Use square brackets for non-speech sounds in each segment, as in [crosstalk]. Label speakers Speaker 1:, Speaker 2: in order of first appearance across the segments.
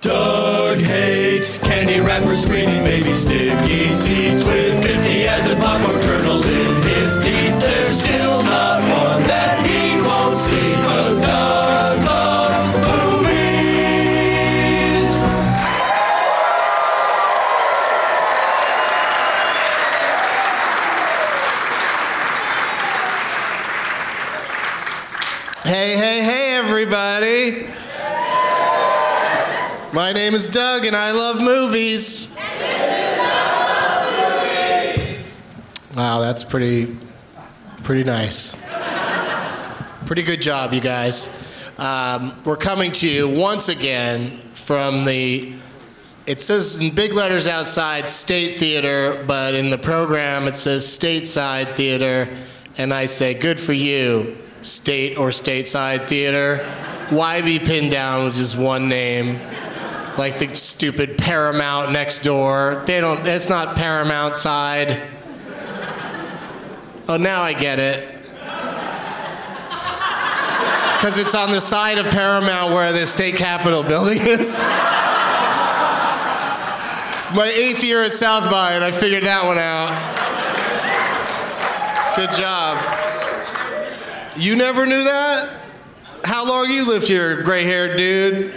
Speaker 1: Doug hates candy wrappers, screaming baby sticky seeds with 50 as and popcorn kernels in his teeth. There's still not one that he won't see. 'cause Doug loves movies.
Speaker 2: Hey, hey, hey, everybody. My name is Doug, and I love movies. Wow, that's pretty, pretty nice. Pretty good job, you guys. Um, we're coming to you once again from the, it says in big letters outside, State Theater, but in the program it says Stateside Theater, and I say, good for you, State or Stateside Theater. Why be pinned down with just one name? Like the stupid Paramount next door. They don't, it's not Paramount side. Oh, now I get it. Because it's on the side of Paramount where the state capitol building is. My eighth year at South by, and I figured that one out. Good job. You never knew that? How long you lived here, gray haired dude?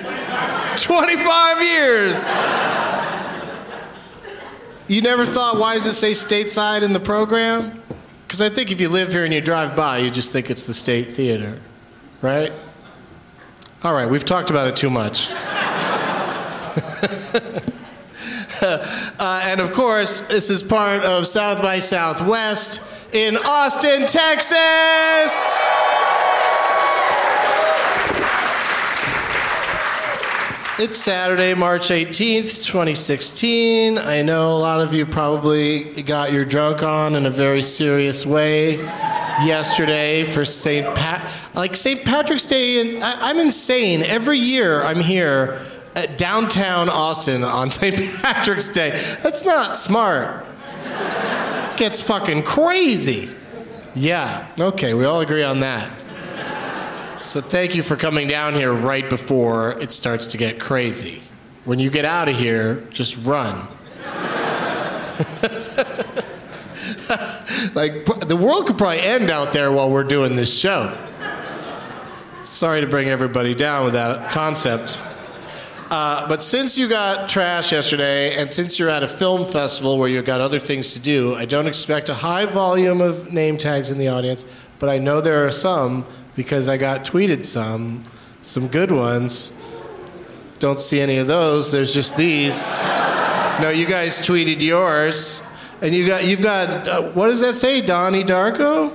Speaker 2: 25 years! You never thought, why does it say stateside in the program? Because I think if you live here and you drive by, you just think it's the state theater, right? All right, we've talked about it too much. Uh, and of course, this is part of South by Southwest in Austin, Texas. It's Saturday, March 18th, 2016. I know a lot of you probably got your drunk on in a very serious way yesterday for St. Pat like St. Patrick's Day and I- I'm insane. Every year I'm here at downtown Austin on [laughs] St. Patrick's Day. That's not smart. Gets fucking crazy. Yeah, okay, we all agree on that. So thank you for coming down here right before it starts to get crazy. When you get out of here, just run. [laughs] like p- the world could probably end out there while we're doing this show. Sorry to bring everybody down with that concept. Uh, but since you got trash yesterday, and since you're at a film festival where you've got other things to do, I don't expect a high volume of name tags in the audience, but I know there are some because I got tweeted some, some good ones. Don't see any of those. There's just these. no, you guys tweeted yours, and you got you've got uh, what does that say, Donnie Darko,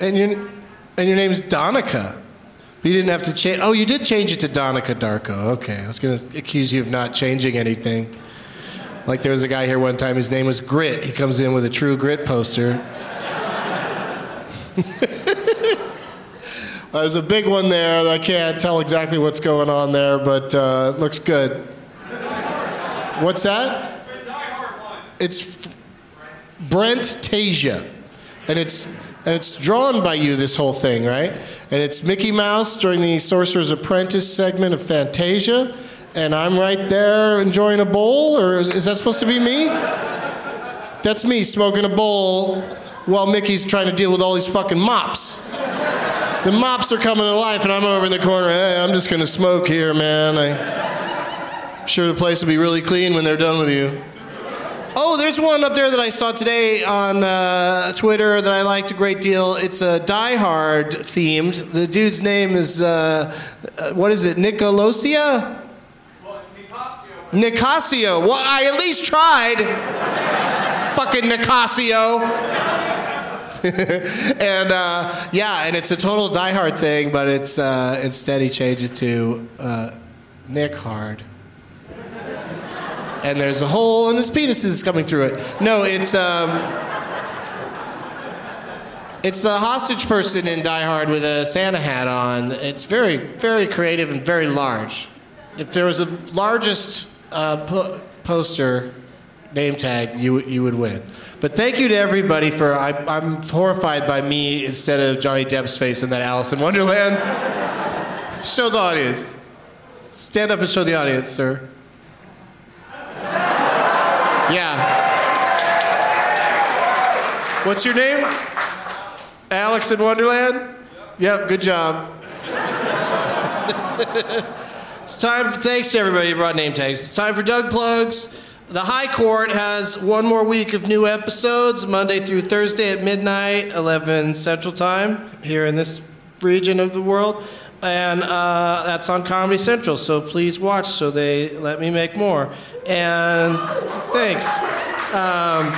Speaker 2: and your and your name's Donica. But you didn't have to change. Oh, you did change it to Donica Darko. Okay, I was going to accuse you of not changing anything. Like there was a guy here one time. His name was Grit. He comes in with a True Grit poster. [laughs] There's a big one there. that I can't tell exactly what's going on there, but uh, it looks good. What's that? It's f- Brent Tasia, and it's and it's drawn by you. This whole thing, right? And it's Mickey Mouse during the Sorcerer's Apprentice segment of Fantasia, and I'm right there enjoying a bowl. Or is, is that supposed to be me? That's me smoking a bowl while Mickey's trying to deal with all these fucking mops the mops are coming to life, and I'm over in the corner. Hey, I'm just gonna smoke here, man. I, am sure the place will be really clean when they're done with you. Oh, there's one up there that I saw today on uh, Twitter that I liked a great deal. It's a uh, Die Hard themed. The dude's name is uh, uh, what is it? Nicolosia. Nicasio. Well, I at least tried. Fucking Nicasio. [laughs] and uh, yeah, and it's a total Die Hard thing, but it's uh, instead he changed it to uh, Nick Hard. And there's a hole, and his penis is coming through it. No, it's um, it's the hostage person in Die Hard with a Santa hat on. It's very, very creative and very large. If there was the largest uh, po- poster name tag, you you would win. But thank you to everybody for. I, I'm horrified by me instead of Johnny Depp's face in that Alice in Wonderland. show the audience. Stand up and show the audience, sir. Yeah. What's your name? Alex in Wonderland? Yep, good job. It's time for thanks to everybody who brought name tags. It's time for Doug plugs. The High Court has one more week of new episodes, Monday through Thursday at midnight, 11 Central Time, here in this region of the world. And uh, that's on Comedy Central, so please watch so they let me make more. And thanks. Um,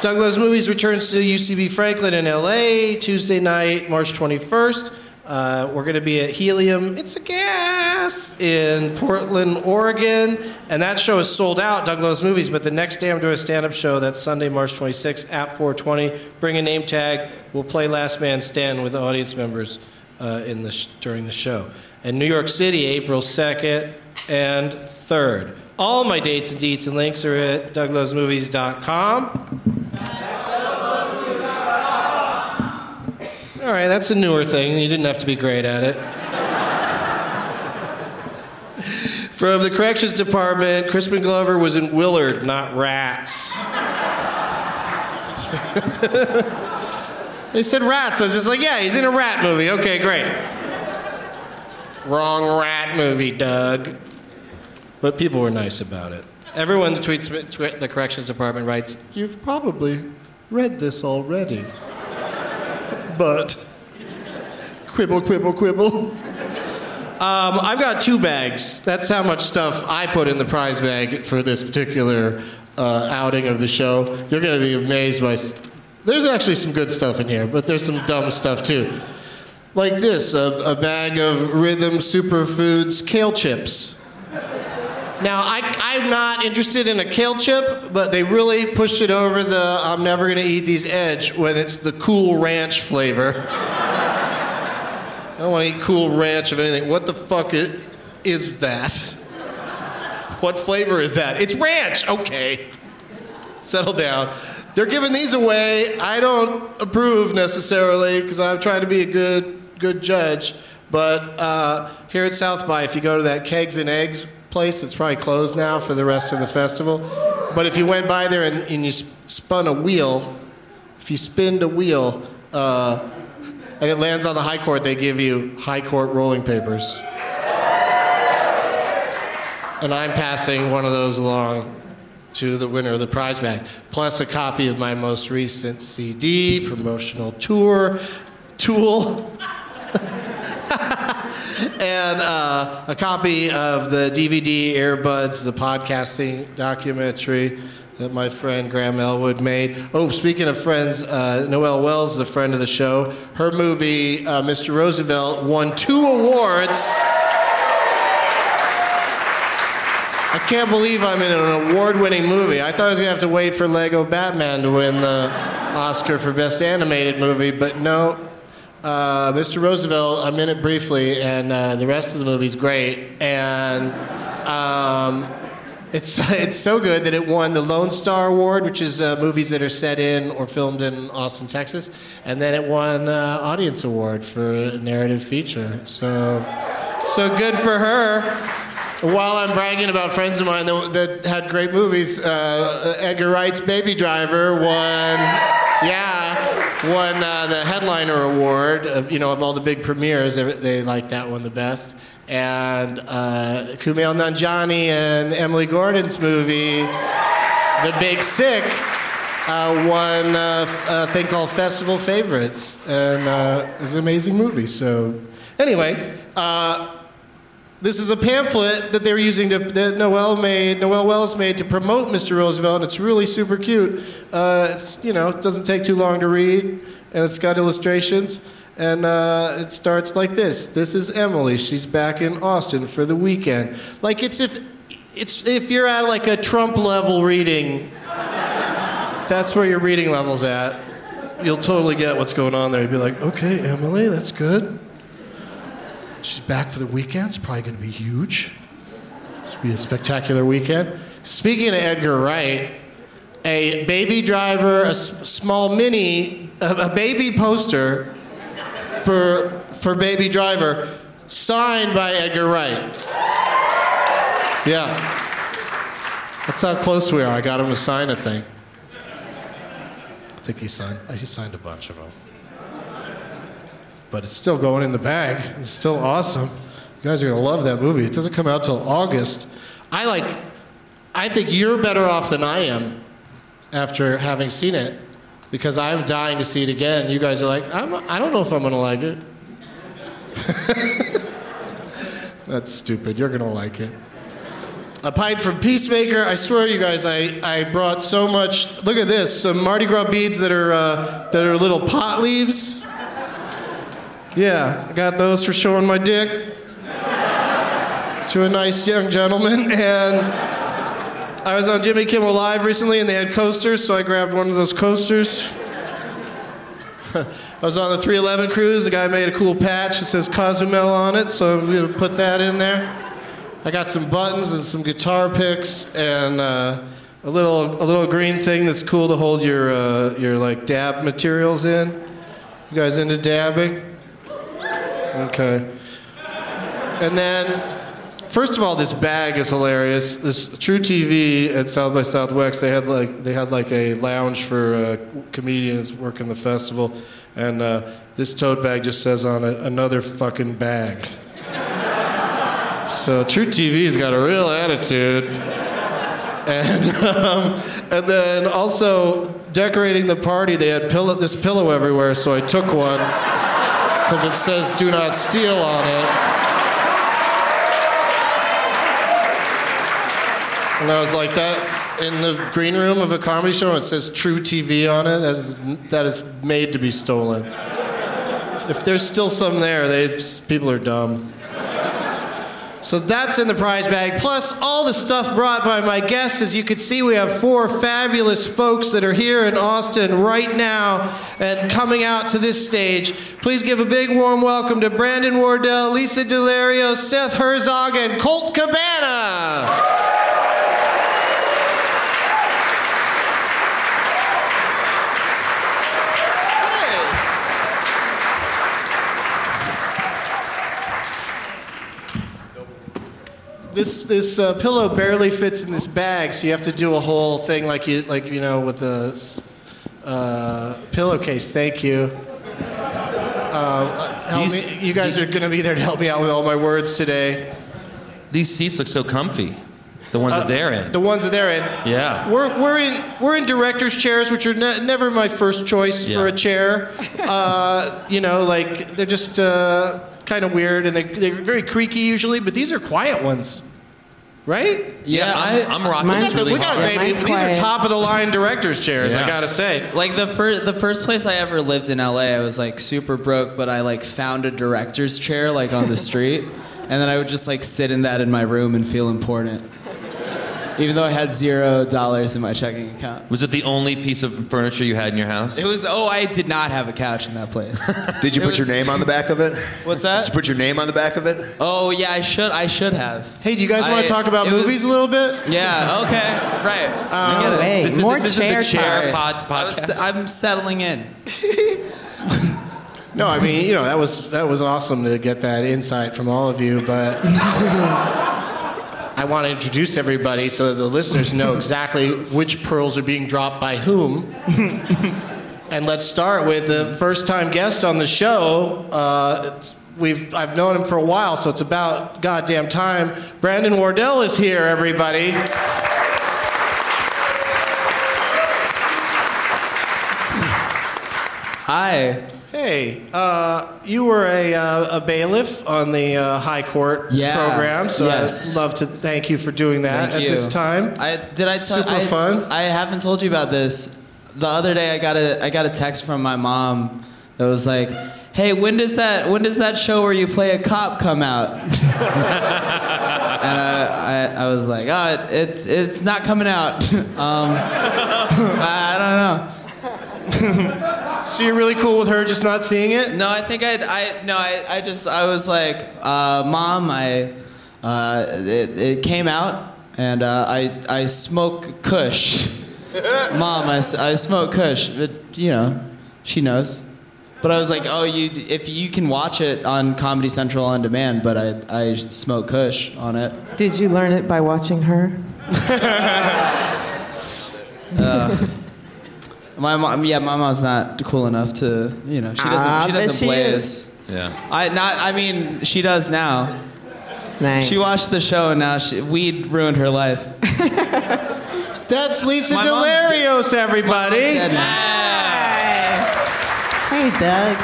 Speaker 2: Doug Loves Movies returns to UCB Franklin in LA Tuesday night, March 21st. Uh, we're going to be at Helium. It's a gas in Portland, Oregon, and that show is sold out. Douglas Movies, but the next day I'm doing a stand-up show. That's Sunday, March 26th at 4:20. Bring a name tag. We'll play Last Man Stand with the audience members uh, in the sh- during the show. And New York City, April 2nd and 3rd. All my dates and deets and links are at douglasmovies.com. All right, that's a newer thing. You didn't have to be great at it. From the corrections department, Crispin Glover was in Willard, not rats. [laughs] they said rats. I was just like, yeah, he's in a rat movie. Okay, great. Wrong rat movie, Doug. But people were nice about it. Everyone that tweets twi- the corrections department writes, You've probably read this already but quibble, quibble, quibble. Um, I've got two bags. That's how much stuff I put in the prize bag for this particular uh, outing of the show. You're going to be amazed by. S- there's actually some good stuff in here, but there's some dumb stuff too. Like this a, a bag of Rhythm Superfoods kale chips. Now, I, I'm not interested in a kale chip, but they really pushed it over the I'm never going to eat these edge when it's the cool ranch flavor. I don't want to eat cool ranch of anything. What the fuck i- is that? What flavor is that? It's ranch. Okay. [laughs] Settle down. They're giving these away. I don't approve necessarily because I'm trying to be a good good judge. But uh, here at South by, if you go to that Kegs and Eggs place, it's probably closed now for the rest of the festival. But if you went by there and, and you sp- spun a wheel, if you spin a wheel uh, and it lands on the high court, they give you high court rolling papers. And I'm passing one of those along to the winner of the prize bag, plus a copy of my most recent CD, promotional tour, Tool, [laughs] and uh, a copy of the DVD Earbuds, the podcasting documentary that my friend Graham Elwood made. Oh, speaking of friends, uh, Noelle Wells is a friend of the show. Her movie, uh, Mr. Roosevelt, won two awards. I can't believe I'm in an award winning movie. I thought I was going to have to wait for Lego Batman to win the Oscar for Best Animated Movie, but no. Uh, Mr. Roosevelt, I'm in it briefly, and uh, the rest of the movie's great. And um, it's, [laughs] it's so good that it won the Lone Star Award, which is uh, movies that are set in or filmed in Austin, Texas. And then it won uh, Audience Award for a narrative feature. So, so good for her. While I'm bragging about friends of mine that, that had great movies, uh, Edgar Wright's Baby Driver won, yeah, won uh, the headliner award. Of, you know, of all the big premieres, they, they liked that one the best. And uh, Kumail Nanjiani and Emily Gordon's movie, The Big Sick, uh, won uh, a thing called Festival Favorites, and uh, it's an amazing movie. So, anyway. Uh, this is a pamphlet that they're using to, that Noel made, Noel Wells made to promote Mr. Roosevelt, and it's really super cute. Uh, it's, you know, it doesn't take too long to read, and it's got illustrations. And uh, it starts like this: This is Emily. She's back in Austin for the weekend. Like it's if, it's if you're at like a Trump level reading, that's where your reading level's at. You'll totally get what's going on there. You'd be like, okay, Emily, that's good. She's back for the weekend. It's probably going to be huge. It's going to be a spectacular weekend. Speaking of Edgar Wright, a baby driver, a s- small mini, a, a baby poster for, for Baby Driver, signed by Edgar Wright. Yeah. That's how close we are. I got him to sign a thing. I think he signed, he signed a bunch of them but it's still going in the bag. It's still awesome. You guys are gonna love that movie. It doesn't come out till August. I like. I think you're better off than I am after having seen it, because I'm dying to see it again. You guys are like, I'm, I don't know if I'm gonna like it. [laughs] That's stupid. You're gonna like it. A pipe from Peacemaker. I swear, you guys, I, I brought so much. Look at this. Some Mardi Gras beads that are uh, that are little pot leaves. Yeah, I got those for showing my dick to a nice young gentleman. And I was on Jimmy Kimmel Live recently and they had coasters, so I grabbed one of those coasters. [laughs] I was on the 311 cruise. The guy made a cool patch that says Cozumel on it, so I'm going to put that in there. I got some buttons and some guitar picks and uh, a, little, a little green thing that's cool to hold your, uh, your like dab materials in. You guys into dabbing? Okay. And then, first of all, this bag is hilarious. This True TV at South by Southwest, they had like they had like a lounge for uh, comedians working the festival, and uh, this tote bag just says on it, "Another fucking bag." so True TV's got a real attitude and um, and then also decorating the party, they had pillow, this pillow everywhere, so I took one because it says "Do not steal" on it. And I was like that in the green room of a comedy show, and it says "True TV" on it. That is, that is made to be stolen. If there's still some there, they people are dumb. So that's in the prize bag, plus all the stuff brought by my guests. As you can see, we have four fabulous folks that are here in Austin right now and coming out to this stage. Please give a big warm welcome to Brandon Wardell, Lisa Delario, Seth Herzog, and Colt Cabana. this this uh, pillow barely fits in this bag, so you have to do a whole thing like you like you know with the s- uh, pillowcase. Thank you. Uh, help
Speaker 3: These-
Speaker 2: me. You guys are going to be there to help me out with all my words today.
Speaker 3: These seats look so comfy. The ones that they're in.
Speaker 2: Uh, The ones that they're in.
Speaker 3: yeah.
Speaker 2: We're, we're in we're in directors' chairs, which are ne- never my first choice for
Speaker 3: Yeah.
Speaker 2: a chair. Uh, you know, like they're just uh, kind of weird and they, they're very creaky usually, but these are quiet ones, right?
Speaker 3: Yeah, I, am rocking
Speaker 2: We
Speaker 4: Mine's
Speaker 3: this
Speaker 2: got the-
Speaker 3: really
Speaker 2: we got
Speaker 3: hard.
Speaker 4: Yeah,
Speaker 2: baby.
Speaker 4: mine's
Speaker 2: These are
Speaker 4: quiet.
Speaker 2: top of the line directors' chairs. I
Speaker 3: Yeah.
Speaker 2: gotta say.
Speaker 5: Like the first, the first place I ever lived in LA, I was like super broke, but I like found a director's chair like on the street, and then I would just like sit in that in my room and feel important, even though I had zero dollars in my checking account.
Speaker 3: Was it the only piece of furniture you had in your house?
Speaker 5: It was oh, I did not have a couch in that place.
Speaker 6: Did you
Speaker 5: It
Speaker 6: put your
Speaker 5: was-
Speaker 6: name on the back of it?
Speaker 5: What's
Speaker 6: Did you
Speaker 5: that?
Speaker 6: put your name on the back of it?
Speaker 5: Oh yeah, I should, I should have.
Speaker 2: Hey, do you guys want
Speaker 5: I-
Speaker 2: to talk about
Speaker 5: it was-
Speaker 2: movies a little bit? Um,
Speaker 5: Yeah. Okay. Right. I get it.
Speaker 4: way.
Speaker 3: This, is-
Speaker 4: More
Speaker 3: this isn't
Speaker 4: chair
Speaker 3: the chair
Speaker 4: talk.
Speaker 3: pod,
Speaker 5: I was,
Speaker 3: podcast.
Speaker 5: I'm settling in.
Speaker 2: No, I mean you know that was that was awesome to get that insight from all of you, but. [laughs] I want to introduce everybody so that the listeners know exactly which pearls are being dropped by whom. and let's start with the first time guest on the show. Uh, it's- we've, I've known him for a while, so it's about goddamn time. Brandon Wardell is here, everybody.
Speaker 5: Hi.
Speaker 2: Hey, uh, you were a, uh, a bailiff on the uh, High Court
Speaker 5: Yeah,
Speaker 2: program, so I'd
Speaker 5: yes.
Speaker 2: love to thank you for doing that
Speaker 5: Thank
Speaker 2: at
Speaker 5: you.
Speaker 2: this time.
Speaker 5: I did I tell
Speaker 2: Super
Speaker 5: I,
Speaker 2: fun.
Speaker 5: I haven't told you about this. The other day I got a I got a text from my mom that was like, "Hey, when does that when does that show where you play a cop come out?" [laughs] and I, I, I was like, "Oh, it, it's it's not coming out." [laughs] um, I, I
Speaker 2: so you're really cool with her just not seeing it?
Speaker 5: don't know. No, I think I I no I, I just I was like, uh, "Mom, I uh, it, it came out and uh, I I smoke Kush." Mom, I, s- I smoke Kush, but you know, she knows. But I was like, oh, you if you can watch it on Comedy Central on demand, but I I smoke Kush on it.
Speaker 4: Did you learn it by watching her?
Speaker 5: My mom, yeah, my mom's not cool enough to, you know, she doesn't
Speaker 4: Ah,
Speaker 5: she
Speaker 4: but
Speaker 5: doesn't
Speaker 4: she
Speaker 5: blaze.
Speaker 3: yeah.
Speaker 5: I not I mean, she does now.
Speaker 4: Nice.
Speaker 5: She watched the show and now she, weed ruined her life.
Speaker 2: That's Lisa
Speaker 5: My mom's
Speaker 2: Delarios, everybody.
Speaker 5: Dead now.
Speaker 4: Hey, Doug.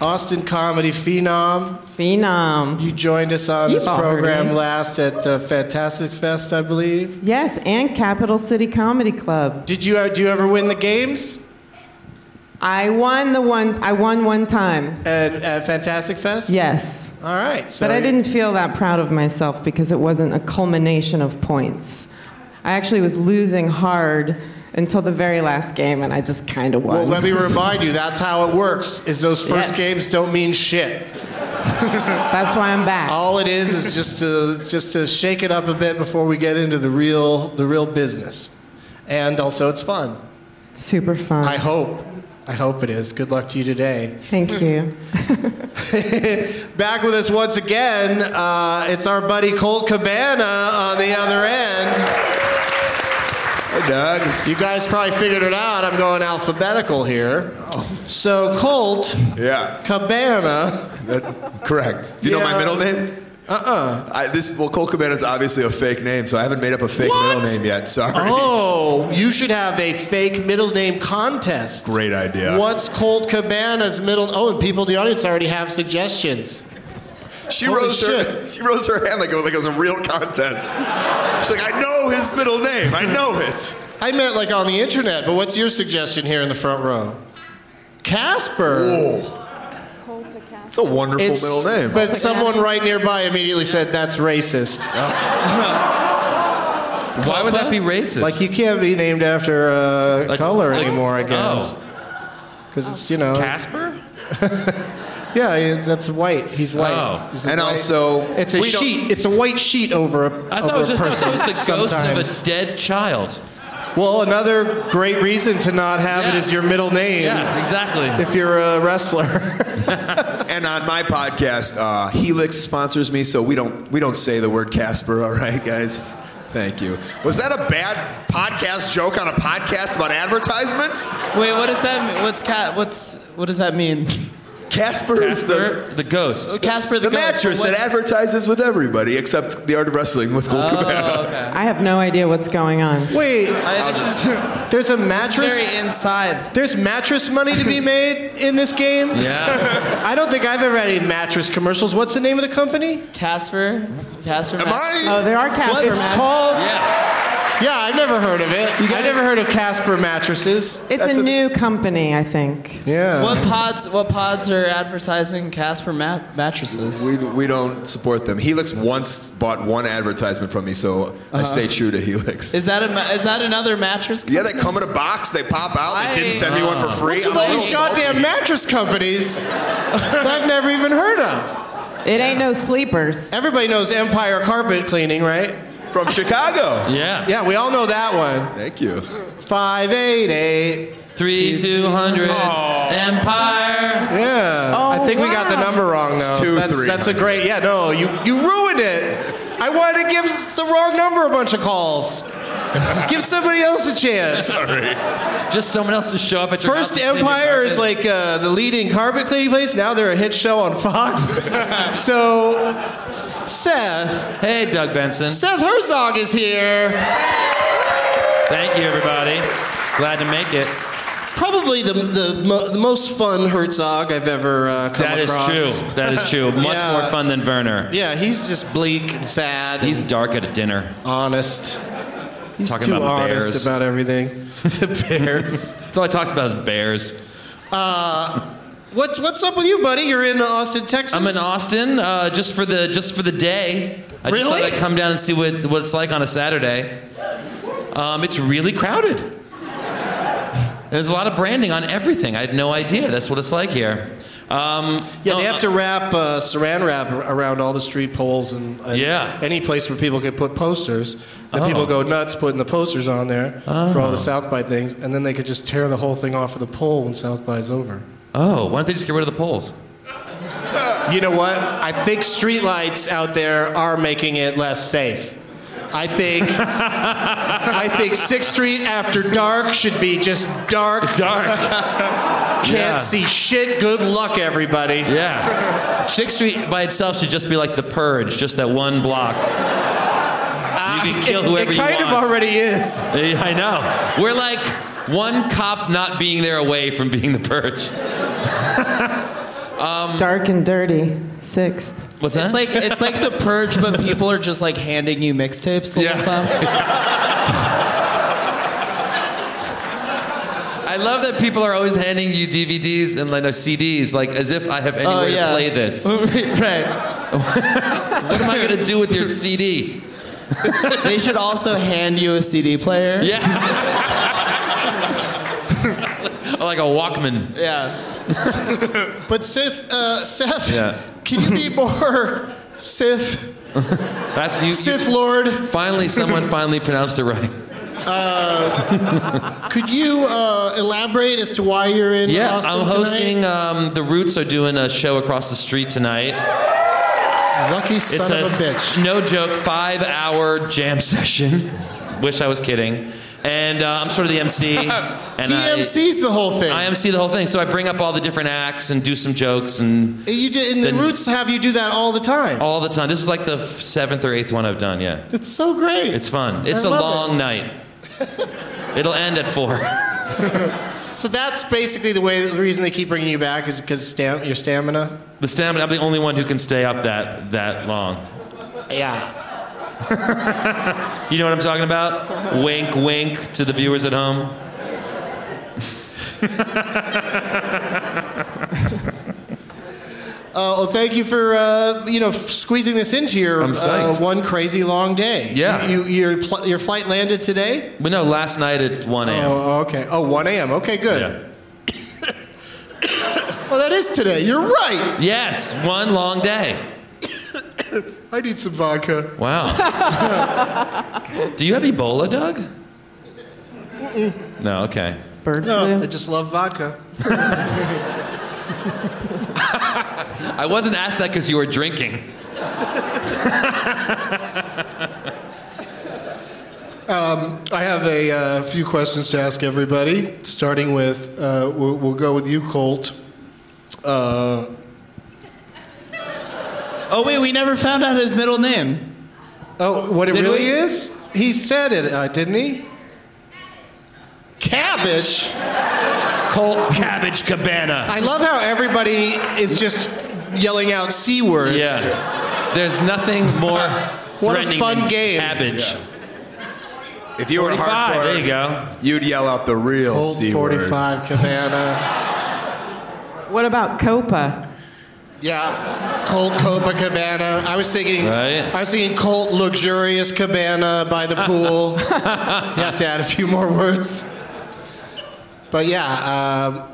Speaker 2: Austin comedy phenom.
Speaker 4: Phenom.
Speaker 2: You joined us on
Speaker 4: You've
Speaker 2: this
Speaker 4: all heard
Speaker 2: program
Speaker 4: me.
Speaker 2: last at uh, Fantastic Fest, I believe.
Speaker 4: Yes, and Capital City Comedy Club.
Speaker 2: Did you uh, do you ever win the games
Speaker 4: I won the one. I won one time.
Speaker 2: at, at Fantastic Fest?
Speaker 4: Yes,
Speaker 2: All right. So
Speaker 4: but I didn't feel that proud of myself because it wasn't a culmination of points. I actually was losing hard until the very last game, and I just kind of won.
Speaker 2: Well, let me remind you, that's how it works. Is those first
Speaker 4: Yes.
Speaker 2: games don't mean shit.
Speaker 4: That's why I'm back.
Speaker 2: All it is is just to just to shake it up a bit before we get into the real the real business. And also, it's fun.
Speaker 4: Super fun.
Speaker 2: I hope. I hope it is. Good luck to you today.
Speaker 4: Thank you.
Speaker 2: Back with us once again, uh, it's our buddy Colt Cabana on the other end.
Speaker 6: Hey, Doug.
Speaker 2: You guys probably figured it out. I'm going alphabetical here. So, Colt
Speaker 6: Yeah,
Speaker 2: Cabana,
Speaker 6: that- correct. Do you know
Speaker 2: Yeah.
Speaker 6: my middle name? Uh-uh. I, this well, Cole Cabana's obviously a fake name, so I haven't made up a fake middle name yet. Sorry.
Speaker 2: oh, you should have a fake middle name contest.
Speaker 6: Great idea.
Speaker 2: What's Colt Cabana's middle? Oh, and people in the audience already have suggestions.
Speaker 6: She
Speaker 2: Holy
Speaker 6: rose her
Speaker 2: shit.
Speaker 6: she rose her hand like it, was- like it was a real contest. She's like, I know his middle name. I know it.
Speaker 2: I meant like on the internet, but what's your suggestion here in the front row? Casper.
Speaker 6: It's a wonderful
Speaker 2: It's-
Speaker 6: middle name.
Speaker 2: But someone right nearby immediately said, that's racist.
Speaker 3: Why would that be racist?
Speaker 2: Like, you can't be named after uh,
Speaker 3: Like-
Speaker 2: color
Speaker 3: like-
Speaker 2: anymore, I guess.
Speaker 3: Oh.
Speaker 2: Because it's, you know.
Speaker 3: Casper?
Speaker 2: Yeah, [laughs] yeah, that's white. He's white.
Speaker 3: Oh.
Speaker 2: He's a
Speaker 6: and
Speaker 2: white-
Speaker 6: also,
Speaker 2: It's a
Speaker 3: we don't-
Speaker 2: sheet. It's a white sheet over a,
Speaker 3: I
Speaker 2: over
Speaker 3: thought it was
Speaker 2: a
Speaker 3: just I
Speaker 2: person.
Speaker 3: thought it was the ghost
Speaker 2: sometimes.
Speaker 3: of a dead child.
Speaker 2: Well, another great reason to not have it
Speaker 3: Yeah.
Speaker 2: is your middle name.
Speaker 3: Yeah, exactly.
Speaker 2: If you're a wrestler.
Speaker 6: And on my podcast, uh, Helix sponsors me, so we don't we don't say the word Casper. [laughs] All right, guys. Thank you. Was that a bad podcast joke on a podcast about advertisements?
Speaker 5: Wait, what does that? mean? What's cat? What's what does that mean?
Speaker 6: Casper, is the
Speaker 3: The ghost.
Speaker 5: Casper the,
Speaker 6: the mattress that advertises with everybody except the art of wrestling with Gold
Speaker 5: Oh, okay.
Speaker 6: [laughs]
Speaker 4: I have no idea what's going on.
Speaker 2: [laughs] Wait,
Speaker 5: I, it's just, it's
Speaker 2: there's a mattress.
Speaker 5: very inside.
Speaker 2: There's mattress money [laughs] to be made in this game.
Speaker 3: Yeah.
Speaker 2: I don't think I've ever had any mattress commercials. What's the name of the company?
Speaker 5: Casper, Casper.
Speaker 6: Am
Speaker 5: mat-
Speaker 6: I?
Speaker 4: Oh, there are Casper
Speaker 2: it's
Speaker 4: mattresses.
Speaker 2: called.
Speaker 3: yeah.
Speaker 2: Yeah, I've never heard of it. I've never heard of Casper mattresses.
Speaker 4: It's
Speaker 6: That's
Speaker 4: a
Speaker 6: a-
Speaker 4: new company, I think.
Speaker 2: Yeah.
Speaker 5: Uh, What pods? What pods are advertising Casper mat- mattresses?
Speaker 6: We, we don't support them. Helix once bought one advertisement from me, so I stay true to Helix.
Speaker 5: is that a? ma- Is that another mattress?
Speaker 6: yeah, they come in a box, they pop out, they didn't send me one for free.
Speaker 2: What's with
Speaker 6: I'm a
Speaker 2: all these
Speaker 6: little salty.
Speaker 2: goddamn mattress companies that I've never even heard of?
Speaker 4: It ain't no sleepers.
Speaker 2: Everybody knows Empire Carpet Cleaning, right?
Speaker 6: "Oh, From Chicago.
Speaker 3: Yeah.
Speaker 2: Yeah, we all know that one.
Speaker 6: Thank you.
Speaker 2: 588.
Speaker 3: Three, two hundred. Empire.
Speaker 2: Yeah.
Speaker 4: Oh,
Speaker 2: I think we got the
Speaker 4: wow.
Speaker 2: number wrong, though.
Speaker 6: It's two,
Speaker 2: that's,
Speaker 6: three.
Speaker 2: that's a great, yeah, no, you, you ruined it. I wanted to give the wrong number a bunch of calls. give somebody else
Speaker 3: [laughs]
Speaker 2: a chance.
Speaker 3: Just someone else to show up at your house
Speaker 2: First
Speaker 3: to clean your
Speaker 2: Empire is
Speaker 3: carpet.
Speaker 2: like uh, the leading carpet cleaning place. Now they're a hit show
Speaker 3: [laughs]
Speaker 2: on Fox. so, Seth,
Speaker 3: Hey, Doug Benson.
Speaker 2: Seth Herzog is here.
Speaker 3: Thank you, everybody. Glad to make it.
Speaker 2: Probably the the, mo- the most fun Herzog I've ever uh, come
Speaker 3: That is
Speaker 2: across.
Speaker 3: true. That is true. Much
Speaker 2: Yeah.
Speaker 3: more fun than Werner.
Speaker 2: Yeah, he's just bleak and sad.
Speaker 3: He's
Speaker 2: and
Speaker 3: dark at a dinner.
Speaker 2: honest. He's
Speaker 3: Talking
Speaker 2: too
Speaker 3: about
Speaker 2: honest
Speaker 3: bears. [laughs]
Speaker 2: about everything. bears.
Speaker 3: That's all he talks about is bears.
Speaker 2: Uh, what's what's up with you, buddy? You're in Austin, Texas.
Speaker 3: I'm in Austin uh, just for the just for the day. I just
Speaker 2: Really?
Speaker 3: thought I'd come down and see what, what it's like on a Saturday. Um, it's really crowded. There's a lot of branding on everything. I had no idea. That's what it's like here. Um,
Speaker 2: Yeah,
Speaker 3: no,
Speaker 2: they have to wrap uh, saran wrap ar- around all the street poles and, and
Speaker 3: Yeah.
Speaker 2: any place where people could put posters. And
Speaker 3: Oh.
Speaker 2: people go nuts putting the posters on there for all the South by things, and then they could just tear the whole thing off of the pole when South by is over.
Speaker 3: Oh, why don't they just get rid of the polls?
Speaker 2: You know what? I think streetlights out there are making it less safe.
Speaker 3: [laughs]
Speaker 2: I think I think Sixth Street after dark should be just dark.
Speaker 3: Dark.
Speaker 2: Can't
Speaker 3: yeah.
Speaker 2: see shit. Good luck, everybody.
Speaker 3: Yeah. Sixth Street by itself should just be like the purge, just that one block. you can kill
Speaker 2: Ah, it,
Speaker 3: whoever
Speaker 2: it
Speaker 3: you
Speaker 2: kind
Speaker 3: want.
Speaker 2: of already is.
Speaker 3: Yeah, I know. We're like one cop not being there away from being the purge.
Speaker 4: Dark and dirty. Sixth.
Speaker 3: What's that?
Speaker 5: It's like it's like the purge, but people are just like handing you mixtapes the
Speaker 3: Yeah.
Speaker 5: whole time.
Speaker 3: [laughs] I love that people are always handing you DVDs and like no, CDs, like as if I have anywhere to play this. What
Speaker 5: Oh, [laughs]
Speaker 3: [laughs]
Speaker 5: right.
Speaker 3: am I gonna do with your CD?
Speaker 5: [laughs] They should also hand you a CD player.
Speaker 3: Yeah. Or Oh, like a Walkman.
Speaker 2: [laughs]
Speaker 5: Yeah.
Speaker 2: But Sith, uh, Seth,
Speaker 3: Yeah.
Speaker 2: can
Speaker 3: [laughs]
Speaker 2: you be more Sith,
Speaker 3: That's you. you-
Speaker 2: Sith Lord?
Speaker 3: finally, someone finally pronounced it right.
Speaker 2: Could you uh, elaborate as to why you're in
Speaker 3: Yeah,
Speaker 2: Austin
Speaker 3: I'm
Speaker 2: tonight?
Speaker 3: hosting. Um, the Roots are doing a show across the street tonight.
Speaker 2: Lucky son of a, bitch.
Speaker 3: No joke, five hour jam session. Wish I was kidding. And uh, I'm sort of the MC. And
Speaker 2: He
Speaker 3: I-
Speaker 2: MCs the whole thing.
Speaker 3: I MC the whole thing. So I bring up all the different acts and do some jokes and
Speaker 2: you do, and the
Speaker 3: Then-
Speaker 2: Roots have you do that all the time.
Speaker 3: all the time. This is like the f- seventh or eighth one I've done. Yeah,
Speaker 2: It's so great.
Speaker 3: it's fun. It's
Speaker 2: I
Speaker 3: a
Speaker 2: love
Speaker 3: long
Speaker 2: it.
Speaker 3: [laughs] night. It'll end at four.
Speaker 2: So that's basically the way. The reason they keep bringing you back is because stam- your stamina.
Speaker 3: The stamina. I'm the only one who can stay up that that long.
Speaker 2: Yeah.
Speaker 3: [laughs] You know what I'm talking about? Wink, wink to the viewers at home.
Speaker 2: Uh, well, thank you for uh, you know f- squeezing this into your
Speaker 3: I'm
Speaker 2: uh,
Speaker 3: psyched.
Speaker 2: one crazy long day.
Speaker 3: Yeah.
Speaker 2: You, you, your pl- your flight landed today.
Speaker 3: But no, last night at 1 a.m.
Speaker 2: Oh, okay. Oh, 1 a.m. Okay, good.
Speaker 3: Yeah.
Speaker 2: [coughs] Well, that is today. You're right.
Speaker 3: Yes, one long day.
Speaker 2: I need some
Speaker 3: [laughs]
Speaker 2: vodka.
Speaker 3: Wow. Do you have Ebola, Doug? No, okay.
Speaker 4: Bird
Speaker 2: No, I
Speaker 4: flu.
Speaker 2: just love vodka.
Speaker 3: I wasn't asked that because you were drinking.
Speaker 2: I have a uh, few questions to ask everybody, starting with uh, we'll, we'll go with you, Colt. Uh,
Speaker 5: Oh wait, we never found out his middle name.
Speaker 2: oh, what it
Speaker 5: Did
Speaker 2: really
Speaker 5: we-
Speaker 2: is? He said it, uh, didn't he? Cabbage.
Speaker 3: Colt Cabbage Cabana.
Speaker 2: I love how everybody is just yelling out c words.
Speaker 3: Yeah. There's nothing more
Speaker 2: [laughs] What a
Speaker 3: threatening
Speaker 2: fun
Speaker 3: than
Speaker 2: game.
Speaker 3: cabbage.
Speaker 6: If you were
Speaker 3: 45,
Speaker 6: hardcore,
Speaker 3: there you go.
Speaker 6: would yell out the real
Speaker 2: Colt
Speaker 6: C word.
Speaker 2: 45 Cabana.
Speaker 4: What about Copa?
Speaker 2: Yeah. Colt Copa Cabana. I was thinking
Speaker 3: Right.
Speaker 2: I was thinking Colt Luxurious Cabana by the pool. you have to add a few more words. But yeah, um,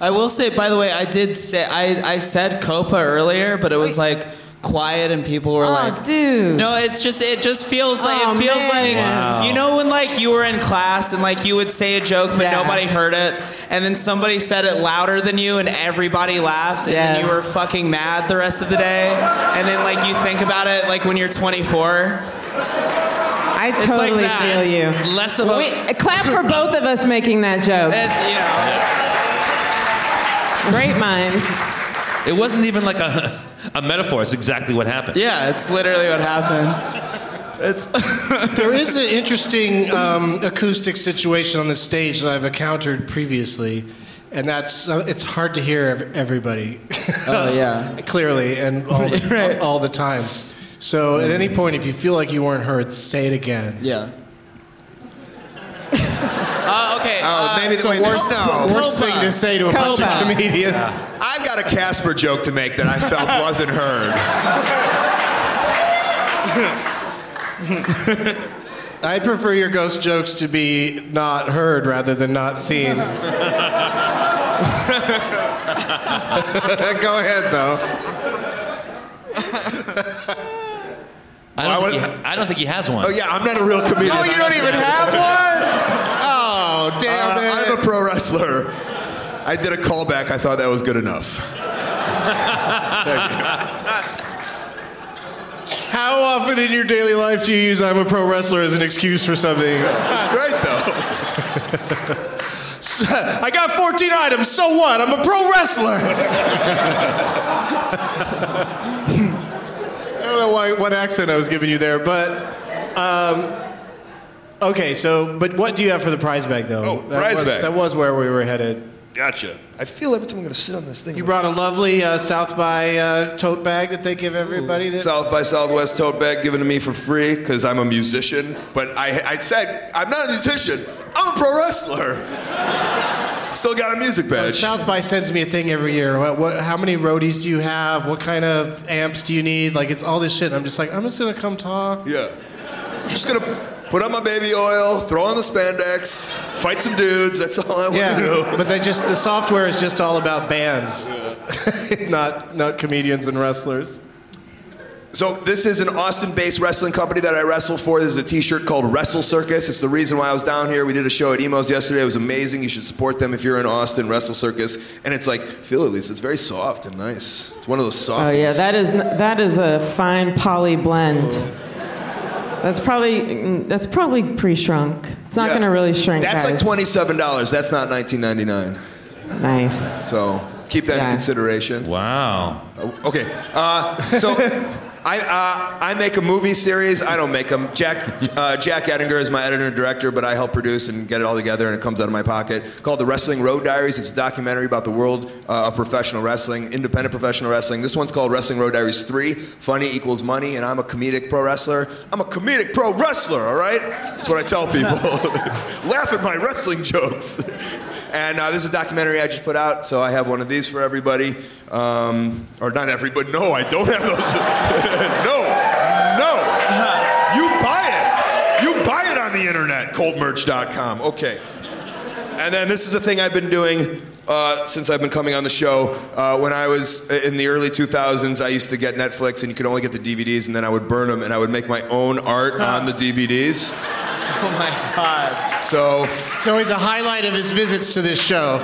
Speaker 5: I will say, by the way, I did say I, I said Copa earlier, but it was like quiet and people were
Speaker 4: Oh,
Speaker 5: like,
Speaker 4: dude.
Speaker 5: No, it's just it just feels like
Speaker 4: Oh,
Speaker 5: it feels
Speaker 4: man.
Speaker 5: like
Speaker 3: Wow.
Speaker 5: you know when like you were in class and like you would say a joke but
Speaker 4: Yeah.
Speaker 5: nobody heard it, and then somebody said it louder than you and everybody laughed, and then
Speaker 4: Yes.
Speaker 5: you were fucking mad the rest of the day, and then like you think about it like when you're 24.
Speaker 4: I
Speaker 5: It's like
Speaker 4: totally
Speaker 5: that.
Speaker 4: feel you.
Speaker 5: It's less of a-
Speaker 4: Wait, clap for both of us making that joke.
Speaker 5: It's you know
Speaker 4: Great minds.
Speaker 3: It wasn't even like a, [laughs] a metaphor. It's exactly what happened.
Speaker 5: yeah, it's literally what happened. It's
Speaker 2: There is an interesting um, acoustic situation on the stage that I've encountered previously, and that's uh, it's hard to hear ev- everybody.
Speaker 5: Oh, yeah.
Speaker 2: [laughs] clearly and all the,
Speaker 5: [laughs] Right.
Speaker 2: all the time. So at any point, if you feel like you weren't heard, say it again.
Speaker 5: [laughs] yeah. Uh, okay.
Speaker 6: Oh,
Speaker 5: uh,
Speaker 6: maybe the way
Speaker 2: Worst,
Speaker 6: no.
Speaker 2: worst thing to say to a bunch of
Speaker 4: Copa.
Speaker 2: comedians.
Speaker 6: I've got a Casper joke to make that I felt
Speaker 2: [laughs]
Speaker 6: wasn't heard.
Speaker 2: I prefer your ghost jokes to be not heard rather than not
Speaker 6: [laughs]
Speaker 2: seen. [laughs] Go ahead though.
Speaker 3: I don't,
Speaker 6: I
Speaker 3: think
Speaker 6: was-
Speaker 3: he, I don't think he has one.
Speaker 6: Oh yeah, I'm not a real comedian.
Speaker 2: Oh, you don't even have one? Oh, damn
Speaker 6: Uh,
Speaker 2: it.
Speaker 6: I'm a pro wrestler. I did a callback. I thought that was good enough.
Speaker 2: How often in your daily life do you use I'm a pro wrestler as an excuse for something?
Speaker 6: It's
Speaker 2: [laughs]
Speaker 6: great though.
Speaker 2: I got 14 items, so what? I'm a pro wrestler. [laughs] I don't know why, what accent I was giving you there, but. Um, okay, so, but what do you have for the prize bag, though?
Speaker 6: Oh, prize
Speaker 2: was,
Speaker 6: bag.
Speaker 2: That was where we were headed.
Speaker 6: Gotcha. I feel every time I'm gonna sit on this thing.
Speaker 2: You brought a lovely uh, South by uh, tote bag that they give everybody. That,
Speaker 6: South by Southwest tote bag given to me for free because I'm a musician. But I, I said I'm not a musician. I'm a pro wrestler. Still got a music badge.
Speaker 2: South by sends me a thing every year. What, what, how many roadies do you have? What kind of amps do you need? Like, it's all this shit. and I'm just like, I'm just going to come talk.
Speaker 6: Yeah. I'm just gonna put on my baby oil, throw on the spandex, fight some dudes. That's all I want
Speaker 2: [laughs]
Speaker 6: to do.
Speaker 2: Yeah, but they just the software is just all about bands, [laughs] not not comedians and wrestlers.
Speaker 6: [laughs] So this is an Austin-based wrestling company that I wrestle for. This is a T-shirt called Wrestle Circus. It's the reason why I was down here. We did a show at Emo's yesterday. It was amazing. You should support them if you're in Austin. Wrestle Circus, and it's like Phil at least. It's very soft and nice. It's one of those
Speaker 4: Oh
Speaker 6: soft.
Speaker 4: yeah, that is n- that is a fine poly blend. That's probably mm, that's probably pre-shrunk. It's not going to really shrink.
Speaker 6: That's like
Speaker 4: guys.
Speaker 6: twenty-seven dollars. That's not nineteen ninety-nine.
Speaker 4: Nice.
Speaker 6: So keep that in
Speaker 4: Yeah.
Speaker 6: consideration.
Speaker 3: Wow.
Speaker 6: Oh, Okay. Uh, so I, uh, I make a movie series. I don't make them. Jack, uh, Jack Ettinger is my editor and director, but I help produce and get it all together, and it comes out of my pocket. Called The Wrestling Road Diaries. It's a documentary about the world uh, of professional wrestling, independent professional wrestling. This one's called Wrestling Road Diaries 3 Funny Equals Money, and I'm a comedic pro wrestler. I'm a comedic pro wrestler, all right? That's what I tell people. [laughs] Laugh at my wrestling jokes. [laughs] And uh, this is a documentary I just put out, so I have one of these for everybody. Um, or not everybody. No, I don't have those. [laughs] no, no. You buy it. You buy it on the internet, coldmerch.com. Okay. And then this is a thing I've been doing uh, since I've been coming on the show. Uh, when I was in the early 2000s, I used to get Netflix, and you could only get the DVDs, and then I would burn them, and I would make my own art on the DVDs.
Speaker 5: Oh my god.
Speaker 6: So
Speaker 2: It's always a highlight of his visits to this show.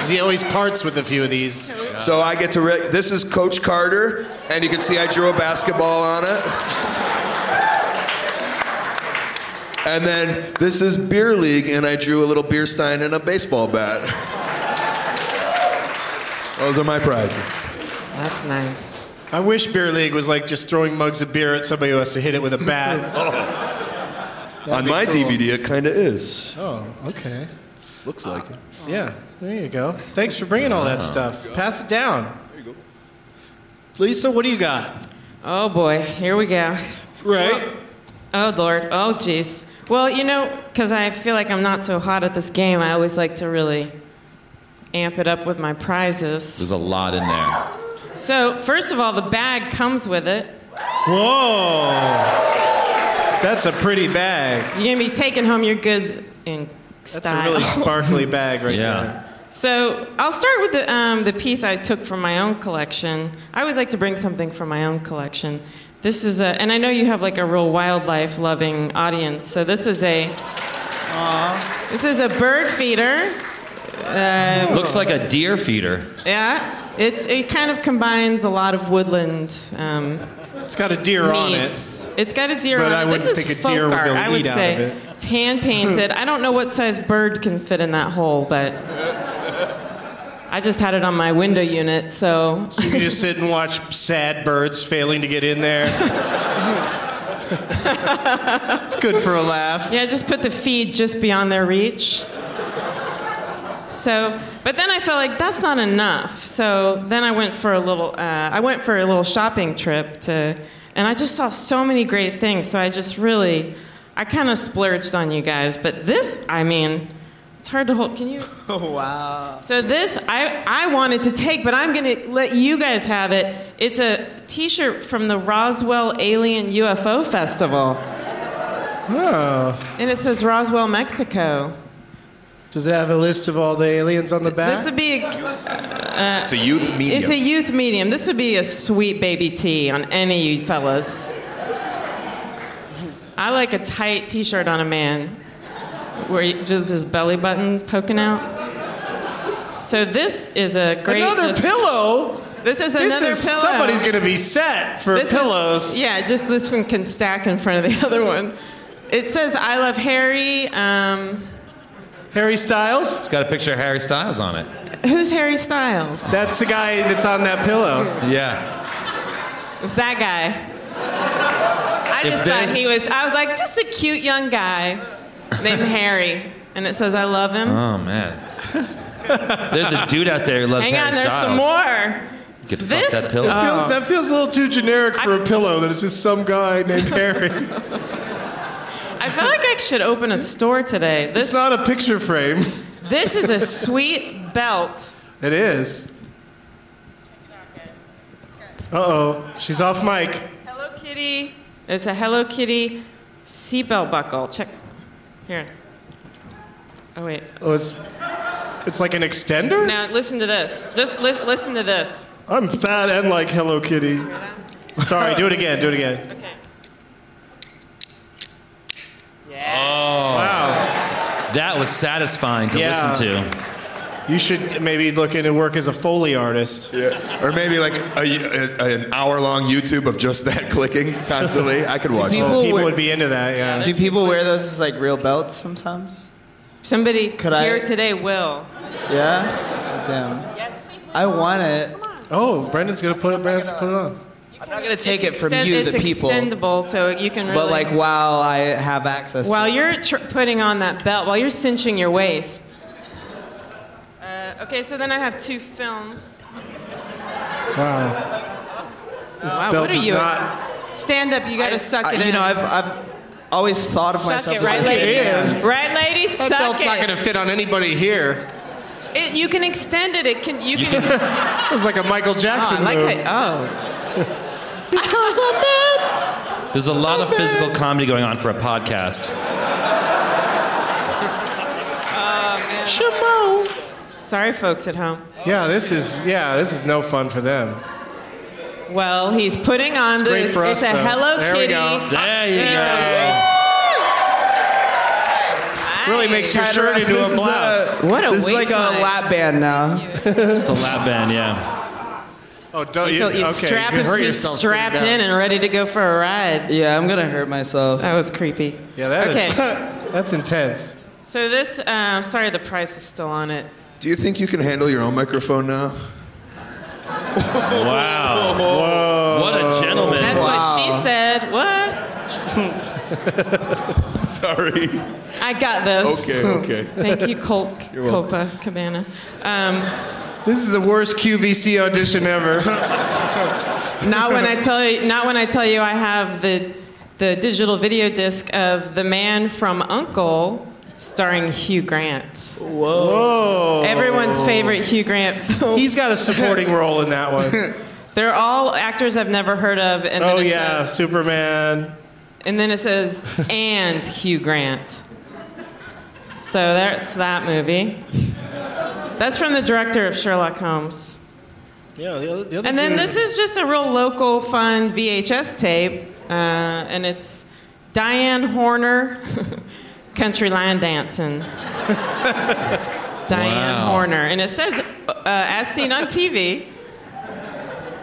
Speaker 2: is He always parts with a few of these.
Speaker 6: So I get to. Re- this is Coach Carter, and you can see I drew a basketball on it. And then this is Beer League, and I drew a little beer stein and a baseball bat. Those are my prizes.
Speaker 4: That's nice.
Speaker 2: I wish Beer League was like just throwing mugs of beer at somebody who has to hit it with a [laughs] bat.
Speaker 6: on my
Speaker 2: cool.
Speaker 6: DVD, it kind of is.
Speaker 2: oh, okay.
Speaker 6: Looks like it.
Speaker 2: Yeah, there you go. Thanks for bringing all that stuff. Pass it down. There you go. Lisa, what do you got?
Speaker 4: Oh boy, here we go.
Speaker 2: Right.
Speaker 4: Oh lord, oh jeez. Well, you know, because I feel like I'm not so hot at this game, I always like to really amp it up with my prizes.
Speaker 3: There's a lot in there.
Speaker 4: So, first of all, the bag comes with it.
Speaker 2: Whoa. That's a pretty bag.
Speaker 4: You're going to be taking home your goods in
Speaker 2: That's
Speaker 4: style.
Speaker 2: a really sparkly bag right
Speaker 3: Yeah.
Speaker 2: there.
Speaker 4: So I'll start with the, um, the piece I took from my own collection. I always like to bring something from my own collection. This is a, and I know you have like a real wildlife loving audience. So this is a, this is a bird feeder.
Speaker 3: Looks like a deer feeder.
Speaker 4: Yeah, it's it kind of combines a lot of woodland um,
Speaker 2: It's got a deer on it.
Speaker 4: meats. It's got a deer
Speaker 2: But
Speaker 4: on
Speaker 2: I
Speaker 4: it. This
Speaker 2: wouldn't
Speaker 4: is
Speaker 2: think a
Speaker 4: folk
Speaker 2: deer would
Speaker 4: art,
Speaker 2: go
Speaker 4: I would
Speaker 2: eat out
Speaker 4: say.
Speaker 2: of it.
Speaker 4: It's hand painted. I don't know what size bird can fit in that hole, but I just had it on my window unit, so
Speaker 2: So you can just sit and watch sad birds failing to get in there. it's good for a laugh.
Speaker 4: Yeah, just put the feed just beyond their reach. So, but then I felt like that's not enough. So then I went for a little, uh, I went for a little shopping trip to, and I just saw so many great things. So I just really, I kind of splurged on you guys. But this, I mean, it's hard to hold. Can you?
Speaker 5: [laughs] Oh wow.
Speaker 4: So this I, I wanted to take, but I'm going to let you guys have it. It's a T-shirt from the Roswell Alien UFO Festival,
Speaker 2: Oh.
Speaker 4: and it says Roswell, Mexico.
Speaker 2: Does it have a list of all the aliens on the back?
Speaker 4: This would be a,
Speaker 6: It's a youth medium.
Speaker 4: Uh, it's a youth medium. This would be a sweet baby tee on any of you fellas. I like a tight t-shirt on a man where you- just his belly button's poking out. So this is a great
Speaker 2: another
Speaker 4: just-
Speaker 2: pillow?
Speaker 4: This is
Speaker 2: This
Speaker 4: another
Speaker 2: is
Speaker 4: pillow.
Speaker 2: somebody's going to be set for
Speaker 4: This is-
Speaker 2: pillows.
Speaker 4: yeah, just this one can stack in front of the [laughs] other one. It says I love Harry. Um,
Speaker 2: Harry Styles?
Speaker 3: It's got a picture of Harry Styles on it.
Speaker 4: who's Harry Styles?
Speaker 2: That's the guy that's on that pillow.
Speaker 3: Yeah.
Speaker 4: It's that guy. I
Speaker 3: If
Speaker 4: just thought
Speaker 3: there's-
Speaker 4: he was, I was like, just a cute young guy named Harry. And it says, I love him.
Speaker 3: Oh man. There's a dude out there who loves
Speaker 4: Hang
Speaker 3: Harry
Speaker 4: on, there's
Speaker 3: Styles.
Speaker 4: some more.
Speaker 3: Get to
Speaker 4: This-
Speaker 3: fuck that pillow.
Speaker 2: Feels-
Speaker 4: uh,
Speaker 2: that feels a little too generic for a pillow that it's just some guy
Speaker 4: [laughs]
Speaker 2: named Harry.
Speaker 4: I feel like I should open a store today.
Speaker 2: it's
Speaker 4: This,
Speaker 2: not a picture frame.
Speaker 4: this is a sweet belt.
Speaker 2: It is. Uh oh. She's off mic.
Speaker 4: Hello Kitty. It's a Hello Kitty seatbelt buckle. Check. Here. Oh, wait.
Speaker 2: Oh, it's, it's like an extender?
Speaker 4: Now listen to this. Just lis- listen to this.
Speaker 2: I'm fat and like Hello Kitty. [laughs] Sorry, do it again, do it again.
Speaker 4: Okay.
Speaker 2: Oh. Wow.
Speaker 3: That was satisfying to
Speaker 2: Yeah.
Speaker 3: listen to.
Speaker 2: You should maybe look into work as a Foley artist.
Speaker 6: Yeah. Or maybe like a, a- an hour long YouTube of just that clicking constantly. I could watch
Speaker 5: People
Speaker 6: it.
Speaker 2: People
Speaker 5: wear-
Speaker 2: would be into that, yeah.
Speaker 5: Do people wear those as like real belts sometimes?
Speaker 4: Somebody
Speaker 5: Could I-
Speaker 4: here today will.
Speaker 5: Yeah. Damn.
Speaker 4: Yes, please.
Speaker 5: I want it.
Speaker 2: Oh, Brendan's gonna put it, Brendan's put it on.
Speaker 5: I'm not gonna take it from
Speaker 4: Extend-
Speaker 5: you,
Speaker 4: it's
Speaker 5: the people.
Speaker 4: extendable, so you can. Really,
Speaker 5: But like while I have access.
Speaker 4: while
Speaker 5: to it.
Speaker 4: you're tr- putting on that belt, while you're cinching your waist. Uh, okay, so then I have two films.
Speaker 2: Wow. This
Speaker 4: Wow,
Speaker 2: belt
Speaker 4: Oh, what are
Speaker 2: is
Speaker 4: you?
Speaker 2: not.
Speaker 4: Stand up. You got
Speaker 5: I-
Speaker 4: to suck
Speaker 5: I-
Speaker 4: it in.
Speaker 5: You know, I've, I've always thought of
Speaker 4: suck
Speaker 5: myself
Speaker 4: it,
Speaker 5: as
Speaker 4: right,
Speaker 5: a
Speaker 4: lady?
Speaker 2: in.
Speaker 4: Right, lady,
Speaker 2: That
Speaker 4: suck
Speaker 2: belt's
Speaker 4: it.
Speaker 2: not gonna fit on anybody here.
Speaker 4: It- You can extend it. It can. You [laughs] can. oh,
Speaker 2: [laughs] It was like a Michael Jackson
Speaker 4: I like
Speaker 2: move.
Speaker 4: how, oh.
Speaker 2: [laughs] Because I'm bad.
Speaker 3: There's a lot of physical comedy going on for a podcast.
Speaker 2: Shimon.
Speaker 4: Sorry, folks at home.
Speaker 2: Yeah, this is yeah, this is no fun for them.
Speaker 4: Well, he's putting on
Speaker 2: It's
Speaker 4: the.
Speaker 2: great for us,
Speaker 4: it's a
Speaker 2: though.
Speaker 4: Hello
Speaker 2: There we
Speaker 4: Kitty.
Speaker 2: go.
Speaker 3: There you
Speaker 2: There
Speaker 3: go.
Speaker 2: it is. Really makes your
Speaker 5: Tied
Speaker 2: shirt
Speaker 5: around-
Speaker 2: into
Speaker 5: this
Speaker 2: a
Speaker 5: is
Speaker 2: blouse.
Speaker 4: What a
Speaker 5: This is like
Speaker 4: waistline.
Speaker 5: a lap band now.
Speaker 3: It's a lap band, yeah.
Speaker 2: oh, don't
Speaker 4: You feel you
Speaker 2: okay,
Speaker 4: strap
Speaker 2: you hurt
Speaker 4: you
Speaker 2: yourself sitting
Speaker 4: strapped
Speaker 2: down.
Speaker 4: in and ready to go for a ride.
Speaker 5: Yeah, I'm gonna hurt myself.
Speaker 4: That was creepy.
Speaker 2: Yeah, that
Speaker 4: okay.
Speaker 2: is- [laughs] that's intense.
Speaker 4: so this, uh, sorry, the price is still on it.
Speaker 6: Do you think you can handle your own microphone now? [laughs]
Speaker 3: Wow. Whoa. What a gentleman.
Speaker 4: That's what she said. What?
Speaker 6: Sorry.
Speaker 4: I got this.
Speaker 6: Okay, okay.
Speaker 4: [laughs] Thank you,
Speaker 2: [laughs]
Speaker 4: Colt Copa Cabana. Um,
Speaker 2: This is the worst QVC audition
Speaker 4: [laughs]
Speaker 2: ever.
Speaker 4: not when I tell you. Not when I tell you I have the the digital video disc of The Man from Uncle, starring Hugh Grant.
Speaker 2: Whoa.
Speaker 4: Everyone's favorite Hugh Grant film.
Speaker 2: He's got a supporting role in that
Speaker 4: [laughs]
Speaker 2: one.
Speaker 4: They're all actors I've never heard of, and then
Speaker 2: Oh
Speaker 4: it
Speaker 2: yeah,
Speaker 4: says,
Speaker 2: Superman.
Speaker 4: and then it says, and Hugh Grant. So that's that movie. That's from the director of Sherlock Holmes.
Speaker 2: Yeah, the other, the other
Speaker 4: And then
Speaker 2: dude-
Speaker 4: this is just a real local fun VHS tape, uh, and it's Diane Horner, [laughs] country line
Speaker 2: [laughs]
Speaker 4: dancing. Diane
Speaker 3: Wow.
Speaker 4: Horner, and it says, uh, as seen on TV,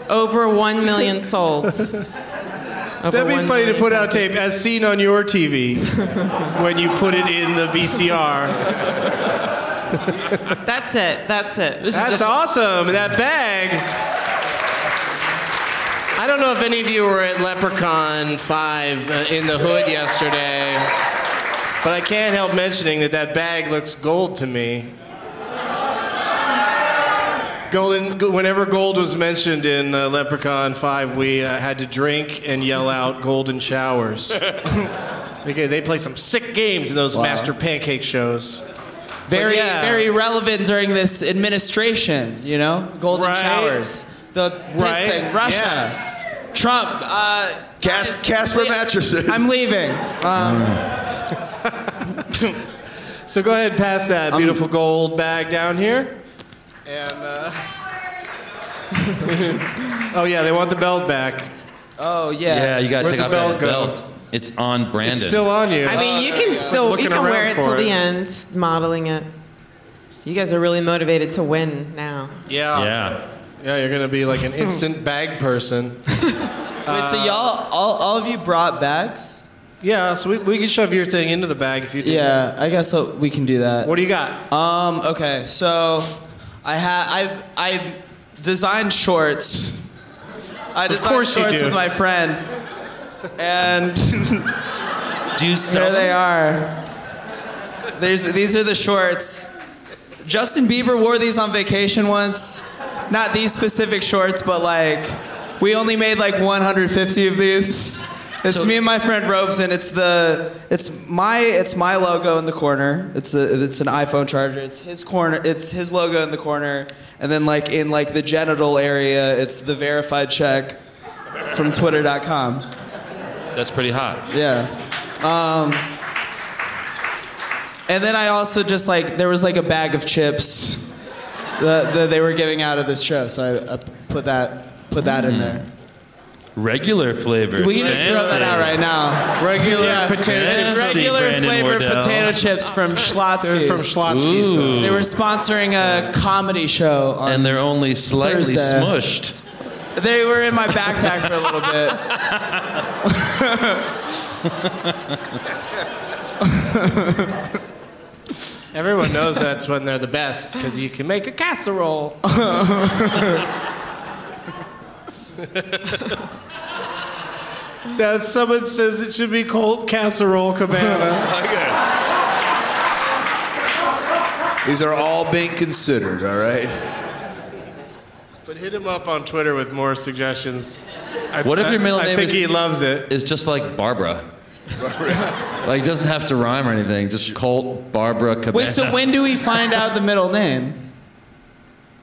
Speaker 4: over one million
Speaker 2: [laughs]
Speaker 4: sold.
Speaker 2: That'd be funny to put out tape as seen on your [laughs] TV when you put it in the VCR.
Speaker 4: That's it. That's it. This
Speaker 2: That's
Speaker 4: is just,
Speaker 2: awesome. That bag. I don't know if any of you were at Leprechaun 5 uh, in the hood yesterday, but I can't help mentioning that that bag looks gold to me. Golden, whenever gold was mentioned in uh, Leprechaun 5, we uh, had to drink and yell out golden showers. they, they play some sick games in those master pancake shows.
Speaker 5: Very,
Speaker 2: yeah.
Speaker 5: very relevant during this administration. You know, golden
Speaker 2: Right.
Speaker 5: showers, the piss
Speaker 2: Right.
Speaker 5: thing, Russia,
Speaker 2: Yeah.
Speaker 5: Trump. Uh, guys,
Speaker 6: Cas- Casper
Speaker 5: le-
Speaker 6: mattresses.
Speaker 5: I'm
Speaker 6: [laughs]
Speaker 5: leaving. Um,
Speaker 2: So go ahead and pass that beautiful gold bag down here. And, uh... [laughs] oh, yeah, they want the belt back.
Speaker 5: oh
Speaker 3: Yeah,
Speaker 5: yeah.
Speaker 3: you got to
Speaker 2: Where's
Speaker 3: take
Speaker 2: the
Speaker 3: off that
Speaker 2: belt go?
Speaker 3: belt. It's on Brandon.
Speaker 2: It's still on you.
Speaker 4: I mean, you can still you
Speaker 2: looking
Speaker 4: can
Speaker 2: around
Speaker 4: wear it
Speaker 2: for
Speaker 4: till
Speaker 2: it.
Speaker 4: the end, modeling it. You guys are really motivated to win now.
Speaker 2: Uh, yeah. yeah.
Speaker 3: yeah.
Speaker 2: you're going to be like an instant bag person.
Speaker 5: Wait, so
Speaker 2: Uh,
Speaker 5: y'all, all, all of you brought bags.
Speaker 2: Yeah, so we, we can shove your thing into the bag if you do.
Speaker 5: Yeah, I guess so we can do that.
Speaker 2: What do you got?
Speaker 5: Um. Okay. So, I have I I designed shorts. I designed
Speaker 2: course you
Speaker 5: shorts
Speaker 2: do.
Speaker 5: with my friend, and
Speaker 3: Do you sell
Speaker 5: there they
Speaker 3: them?
Speaker 5: are. There's these are the shorts. Justin Bieber wore these on vacation once. Not these specific shorts, but like we only made like 150 of these. It's
Speaker 3: So-
Speaker 5: me and my friend Robeson. It's the it's my it's my logo in the corner. It's a, it's an iPhone charger. It's his corner. It's his logo in the corner, and then like in like the genital area, it's the verified check from Twitter.com.
Speaker 3: That's pretty hot.
Speaker 5: Yeah. Um, and then I also just like there was like a bag of chips that, that they were giving out at this show, so I, I put that put that in there.
Speaker 3: Regular flavor.
Speaker 5: We can just throw that out right now.
Speaker 2: Regular
Speaker 5: Yeah.
Speaker 2: potato
Speaker 3: Mm. Fancy,
Speaker 5: It's
Speaker 2: chips.
Speaker 5: regular
Speaker 3: Brandon
Speaker 5: flavored
Speaker 3: Wardell.
Speaker 5: potato chips from
Speaker 2: They're
Speaker 5: Schlotsky's.
Speaker 2: from Schlotsky's, though.
Speaker 5: they were sponsoring a comedy show. On,
Speaker 3: And they're only slightly
Speaker 5: Thursday.
Speaker 3: smushed.
Speaker 5: they were in my backpack for a little bit.
Speaker 2: Everyone knows that's when they're the best because you can make a casserole. that someone says it should be cold casserole cabana.
Speaker 6: Like it. These are all being considered, all right?
Speaker 2: but hit him up on Twitter with more suggestions. I,
Speaker 3: What if your middle
Speaker 2: I, I
Speaker 3: name
Speaker 2: think
Speaker 3: is-
Speaker 2: he loves it.
Speaker 3: It's just like Barbara. like, it doesn't have to rhyme or anything. Just Colt Barbara [laughs] Cabana.
Speaker 5: Wait, so when do we find out the middle name?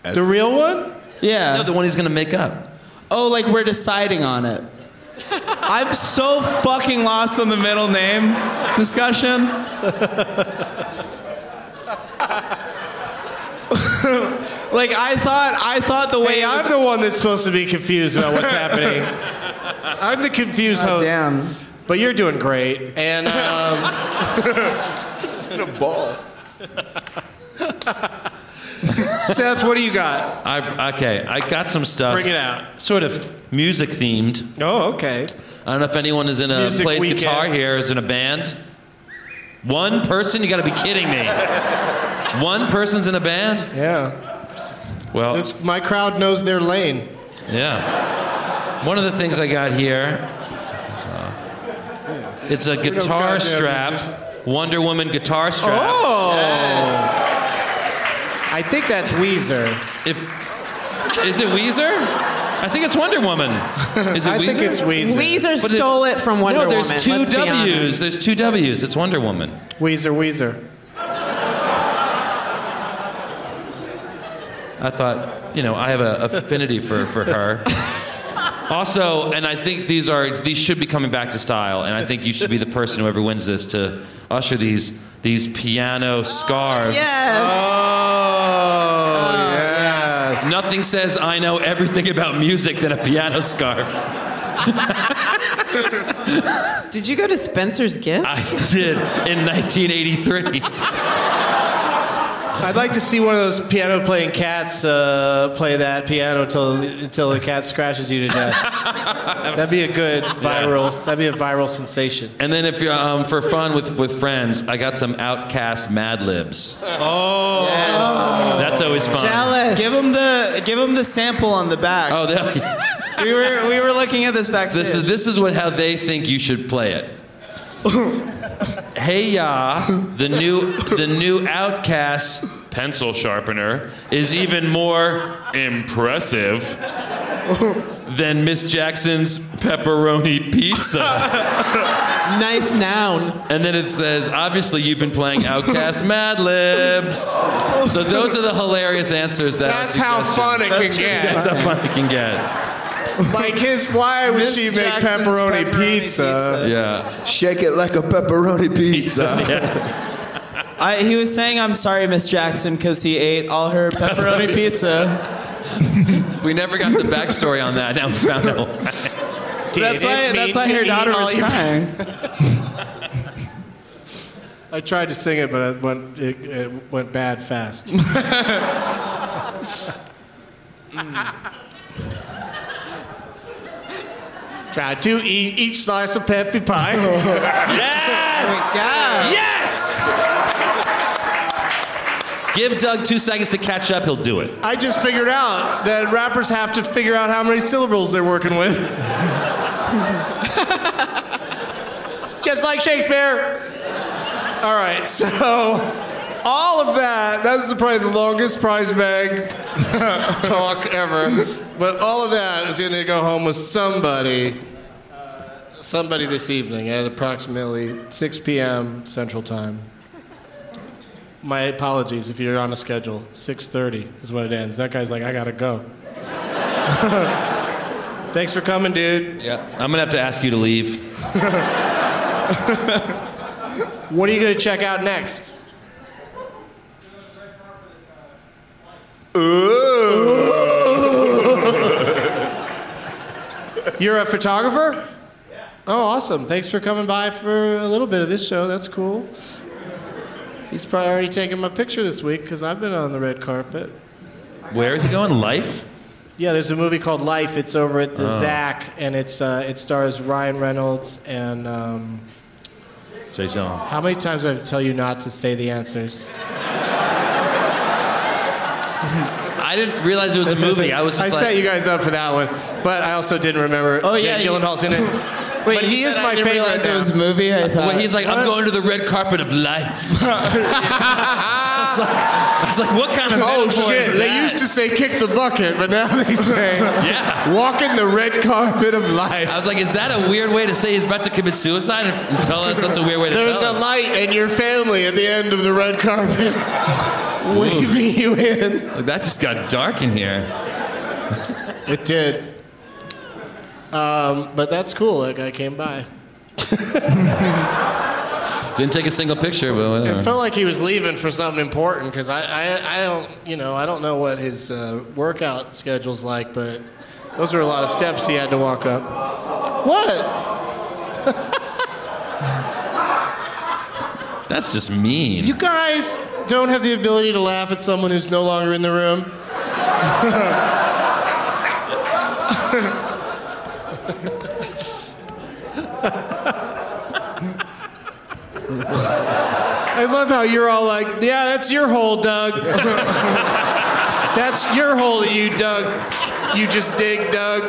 Speaker 2: The real one?
Speaker 5: Yeah.
Speaker 3: No, the one he's going to make up.
Speaker 5: Oh, like we're deciding on it. [laughs] I'm so fucking lost on the middle name discussion. [laughs] like I thought, I thought the way
Speaker 2: Hey,
Speaker 5: I was.
Speaker 2: I'm the one that's supposed to be confused about what's happening. [laughs] I'm the
Speaker 4: [laughs]
Speaker 2: confused host.
Speaker 5: damn.
Speaker 2: But you're doing great. And um,
Speaker 6: in a ball.
Speaker 2: [laughs] Seth, what do you got?
Speaker 3: I, okay, I got some stuff.
Speaker 2: Bring it out.
Speaker 3: Sort of music themed.
Speaker 2: Oh, okay.
Speaker 3: I don't know if anyone is in a
Speaker 2: Music
Speaker 3: plays
Speaker 2: weekend.
Speaker 3: guitar here, is in a band. One person? You got to be kidding me. One person's in a band?
Speaker 2: Yeah.
Speaker 3: Well,
Speaker 2: This, my crowd knows their lane.
Speaker 3: yeah. One of the things I got here, it's a guitar
Speaker 2: goddamn
Speaker 3: strap,
Speaker 2: musicians.
Speaker 3: Wonder Woman guitar strap.
Speaker 2: Oh. I think that's Weezer.
Speaker 3: If, is it Weezer? I think it's Wonder Woman. Is it
Speaker 2: I
Speaker 3: Weezer?
Speaker 2: think it's Weezer.
Speaker 4: Weezer
Speaker 3: But it's-
Speaker 4: stole it from Wonder
Speaker 3: no, there's
Speaker 4: Woman.
Speaker 3: two
Speaker 4: let's be honest.
Speaker 3: W's. There's two W's. It's Wonder Woman.
Speaker 2: Weezer, Weezer.
Speaker 3: I thought, you know, I have a affinity for, for her. Also, and I think these are these should be coming back to style, and I think you should be the person whoever wins this to usher these these piano scarves.
Speaker 4: Yes.
Speaker 2: Oh, yes.
Speaker 3: Nothing says I know everything about music than a piano scarf.
Speaker 4: Did you go to Spencer's gift?
Speaker 3: I did in 1983.
Speaker 2: I'd like to see one of those piano playing cats uh, play that piano until until the cat scratches you to
Speaker 3: [laughs]
Speaker 2: death. That'd be a good viral. That'd be a viral sensation.
Speaker 3: And then if you're um, for fun with, with friends, I got some Outcast Mad Libs.
Speaker 2: Oh,
Speaker 3: That's always fun.
Speaker 4: Jealous.
Speaker 5: Give him the give him the sample on the back.
Speaker 3: Oh, that,
Speaker 5: we were we were looking at this backstage.
Speaker 3: This is this is what how they think you should play it. hey ya, the new the new outcast pencil sharpener is even more impressive than Miss Jackson's pepperoni
Speaker 2: [laughs]
Speaker 3: pizza.
Speaker 4: Nice noun.
Speaker 3: and then it says, obviously you've been playing
Speaker 2: [laughs]
Speaker 3: Outcast Mad Libs. So those are the hilarious answers that
Speaker 2: That's how fun it can get.
Speaker 3: That's how fun it can get.
Speaker 2: like his. Why would
Speaker 5: Miss
Speaker 2: she make
Speaker 5: Jackson's
Speaker 2: pepperoni,
Speaker 5: pepperoni
Speaker 2: pizza?
Speaker 3: Yeah.
Speaker 6: Shake it like a pepperoni pizza.
Speaker 5: I, he was saying I'm sorry, Miss Jackson, because he ate all
Speaker 3: [laughs]
Speaker 5: her pepperoni pizza.
Speaker 3: We never got the backstory on that. [laughs] Now we found out.
Speaker 5: That's why
Speaker 2: Didn't mean
Speaker 5: that's why
Speaker 2: to
Speaker 5: her
Speaker 2: eat
Speaker 5: daughter
Speaker 2: all
Speaker 5: was
Speaker 2: your-
Speaker 5: crying.
Speaker 2: I tried to sing it, but it went it, it went bad fast. Try to eat each slice of peppy pie.
Speaker 3: [laughs] Yes! Yes! Give Doug two seconds to catch up, he'll do it.
Speaker 2: I just figured out that rappers have to figure out how many syllables they're working with. [laughs] just like Shakespeare. All right, so all of that, that's the- probably the longest prize bag [laughs] talk ever. But all of that is going to go home with somebody, uh, somebody this evening at approximately 6 p.m. Central Time. My apologies if you're on a schedule. 6:30 is when it ends. That guy's like, I gotta go. [laughs] Thanks for coming, dude.
Speaker 3: Yeah. I'm gonna have to ask you to leave. [laughs]
Speaker 2: What are you gonna check out next? You're a photographer? Oh, awesome. Thanks for coming by for a little bit of this show. That's cool. He's probably already taken my picture this week because I've been on the red carpet.
Speaker 3: Where is he going? Life?
Speaker 2: Yeah, there's a movie called Life. It's over at the Zack, and it's uh, it stars Ryan Reynolds and um,
Speaker 3: Jay Sean.
Speaker 2: how many times do I have to tell you not to say the answers?
Speaker 3: I didn't realize it was a movie. I was just like,
Speaker 2: set you guys up for that one, but I also didn't remember.
Speaker 5: Oh,
Speaker 2: Jake
Speaker 5: yeah, you-
Speaker 2: Gyllenhaal's in [laughs] it.
Speaker 5: Wait,
Speaker 2: but he
Speaker 5: you
Speaker 2: is
Speaker 5: said
Speaker 2: my
Speaker 5: I didn't
Speaker 2: favorite.
Speaker 5: Realize
Speaker 2: now.
Speaker 5: it was a movie. I thought.
Speaker 3: well, he's like,
Speaker 2: [laughs]
Speaker 3: I'm going to the red carpet of life. I, was like, I was like, what kind of
Speaker 2: oh
Speaker 3: metaphor is
Speaker 2: shit! They
Speaker 3: that?
Speaker 2: used to say kick the bucket, but now they [laughs] say
Speaker 3: Yeah.
Speaker 2: walk in the red carpet of [laughs] life.
Speaker 3: I was like, is that a weird way to say he's about to commit suicide and, and tell us that's a weird way to
Speaker 2: There's
Speaker 3: tell
Speaker 2: a
Speaker 3: us?
Speaker 2: light in your family at the end of the red carpet, [laughs] waving you in.
Speaker 3: Like, that just got dark in here.
Speaker 2: It did. Um, but that's cool. That guy came by.
Speaker 3: Didn't take a single picture, but
Speaker 2: It
Speaker 3: whatever.
Speaker 2: felt like he was leaving for something important because I, I, I don't, you know, I don't know what his uh, workout schedule's like, but those were a lot of steps he had to walk up. What?
Speaker 3: That's just mean.
Speaker 2: You guys don't have the ability to laugh at someone who's no longer in the room. I love how you're all like, yeah, that's your hole, Doug. [laughs] that's your hole that you dug. You just dig, Doug.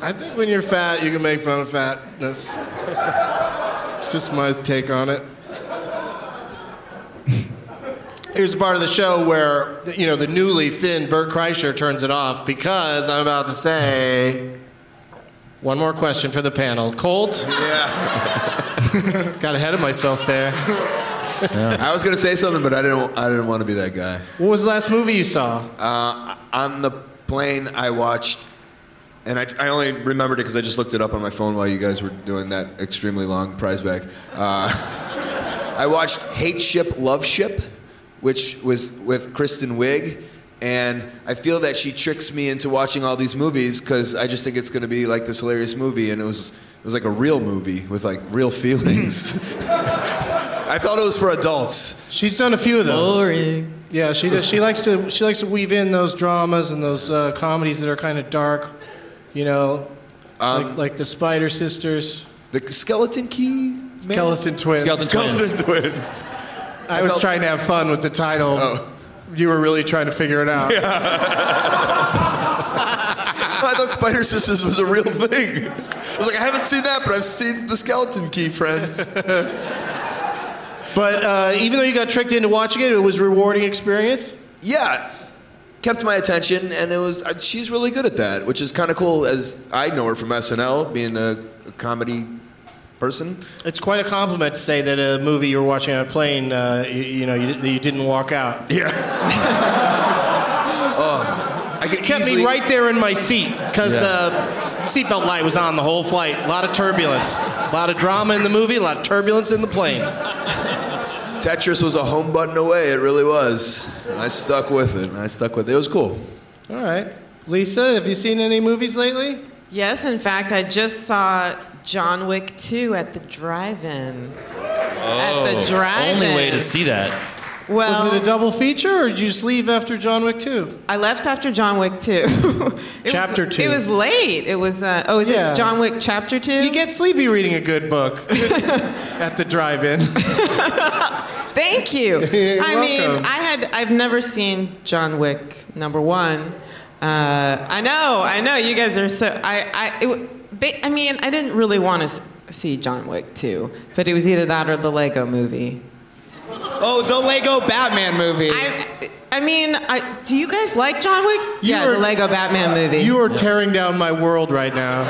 Speaker 2: I think when you're fat, you can make fun of fatness. It's just my take on it. Here's a part of the show where, you know, the newly thin Bert Kreischer turns it off because I'm about to say one more question for the panel. Colt?
Speaker 6: [laughs] Yeah.
Speaker 2: Got ahead of myself there.
Speaker 6: I was gonna say something, but I didn't. I didn't want to be that guy.
Speaker 2: What was the last movie you saw?
Speaker 6: Uh, on the plane, I watched, and I, I only remembered it because I just looked it up on my phone while you guys were doing that extremely long prize bag. Uh, [laughs] I watched Hate Ship, Love Ship, which was with Kristen Wiig. And I feel that she tricks me into watching all these movies because I just think it's going to be like this hilarious movie, and it was it was like a real movie with like real feelings. [laughs] I thought it was for adults.
Speaker 2: She's done a few of those. Yeah, she does. She likes to she likes to weave in those dramas and those uh, comedies that are kind of dark, you know,
Speaker 6: Um,
Speaker 2: like, like the Spider Sisters,
Speaker 6: The Skeleton Key, man?
Speaker 2: Skeleton Twins.
Speaker 3: Skeleton Twins.
Speaker 6: Skeleton Twins.
Speaker 2: I was
Speaker 6: felt-
Speaker 2: trying to have fun with the title.
Speaker 6: Oh.
Speaker 2: You were really trying to figure it out.
Speaker 6: I thought Spider Sisters was a real thing. I was like, I haven't seen that, but I've seen the Skeleton Key, friends.
Speaker 2: But uh, even though you got tricked into watching it, it was a rewarding experience.
Speaker 6: yeah, kept my attention, and it was. uh, She's really good at that, which is kind of cool. As I know her from SNL, being a, a comedy person.
Speaker 2: It's quite a compliment to say that a movie you were watching on a plane, uh, you, you know, you, you didn't walk out.
Speaker 6: Yeah. [laughs] oh, I could
Speaker 2: It kept
Speaker 6: easily-
Speaker 2: me right there in my seat because
Speaker 3: Yeah.
Speaker 2: the seatbelt light was on the whole flight. A lot of turbulence, a lot of drama in the movie, a lot of turbulence in the plane.
Speaker 6: Tetris was a home button away. It really was. And I stuck with it. And I stuck with it. It was cool.
Speaker 2: All right, Lisa, have you seen any movies lately?
Speaker 4: Yes, in fact, I just saw John Wick 2 at the drive-in. at the drive-in.
Speaker 3: Only way to see that.
Speaker 4: Well,
Speaker 2: Was it a double feature, or did you just leave after John Wick 2?
Speaker 4: I left after John Wick 2. [laughs] It
Speaker 2: Chapter
Speaker 4: was,
Speaker 2: two.
Speaker 4: It was late. It was, uh, oh, is
Speaker 2: Yeah.
Speaker 4: it John Wick Chapter 2?
Speaker 2: You get sleepy reading a good
Speaker 4: [laughs]
Speaker 2: book at the drive-in.
Speaker 4: Thank
Speaker 2: [laughs]
Speaker 4: you.
Speaker 2: You're
Speaker 4: I mean,
Speaker 2: welcome.
Speaker 4: I had I've never seen John Wick number one. Uh, I know, I know. You guys are so. I I it, w- ba- I mean, I didn't really want to see John Wick two, but it was either that or the Lego Movie.
Speaker 5: Oh, the Lego Batman movie.
Speaker 4: I I mean, I do you guys like John Wick?
Speaker 2: You
Speaker 4: yeah,
Speaker 2: are-
Speaker 4: the Lego Batman movie.
Speaker 2: You are tearing down my world right now.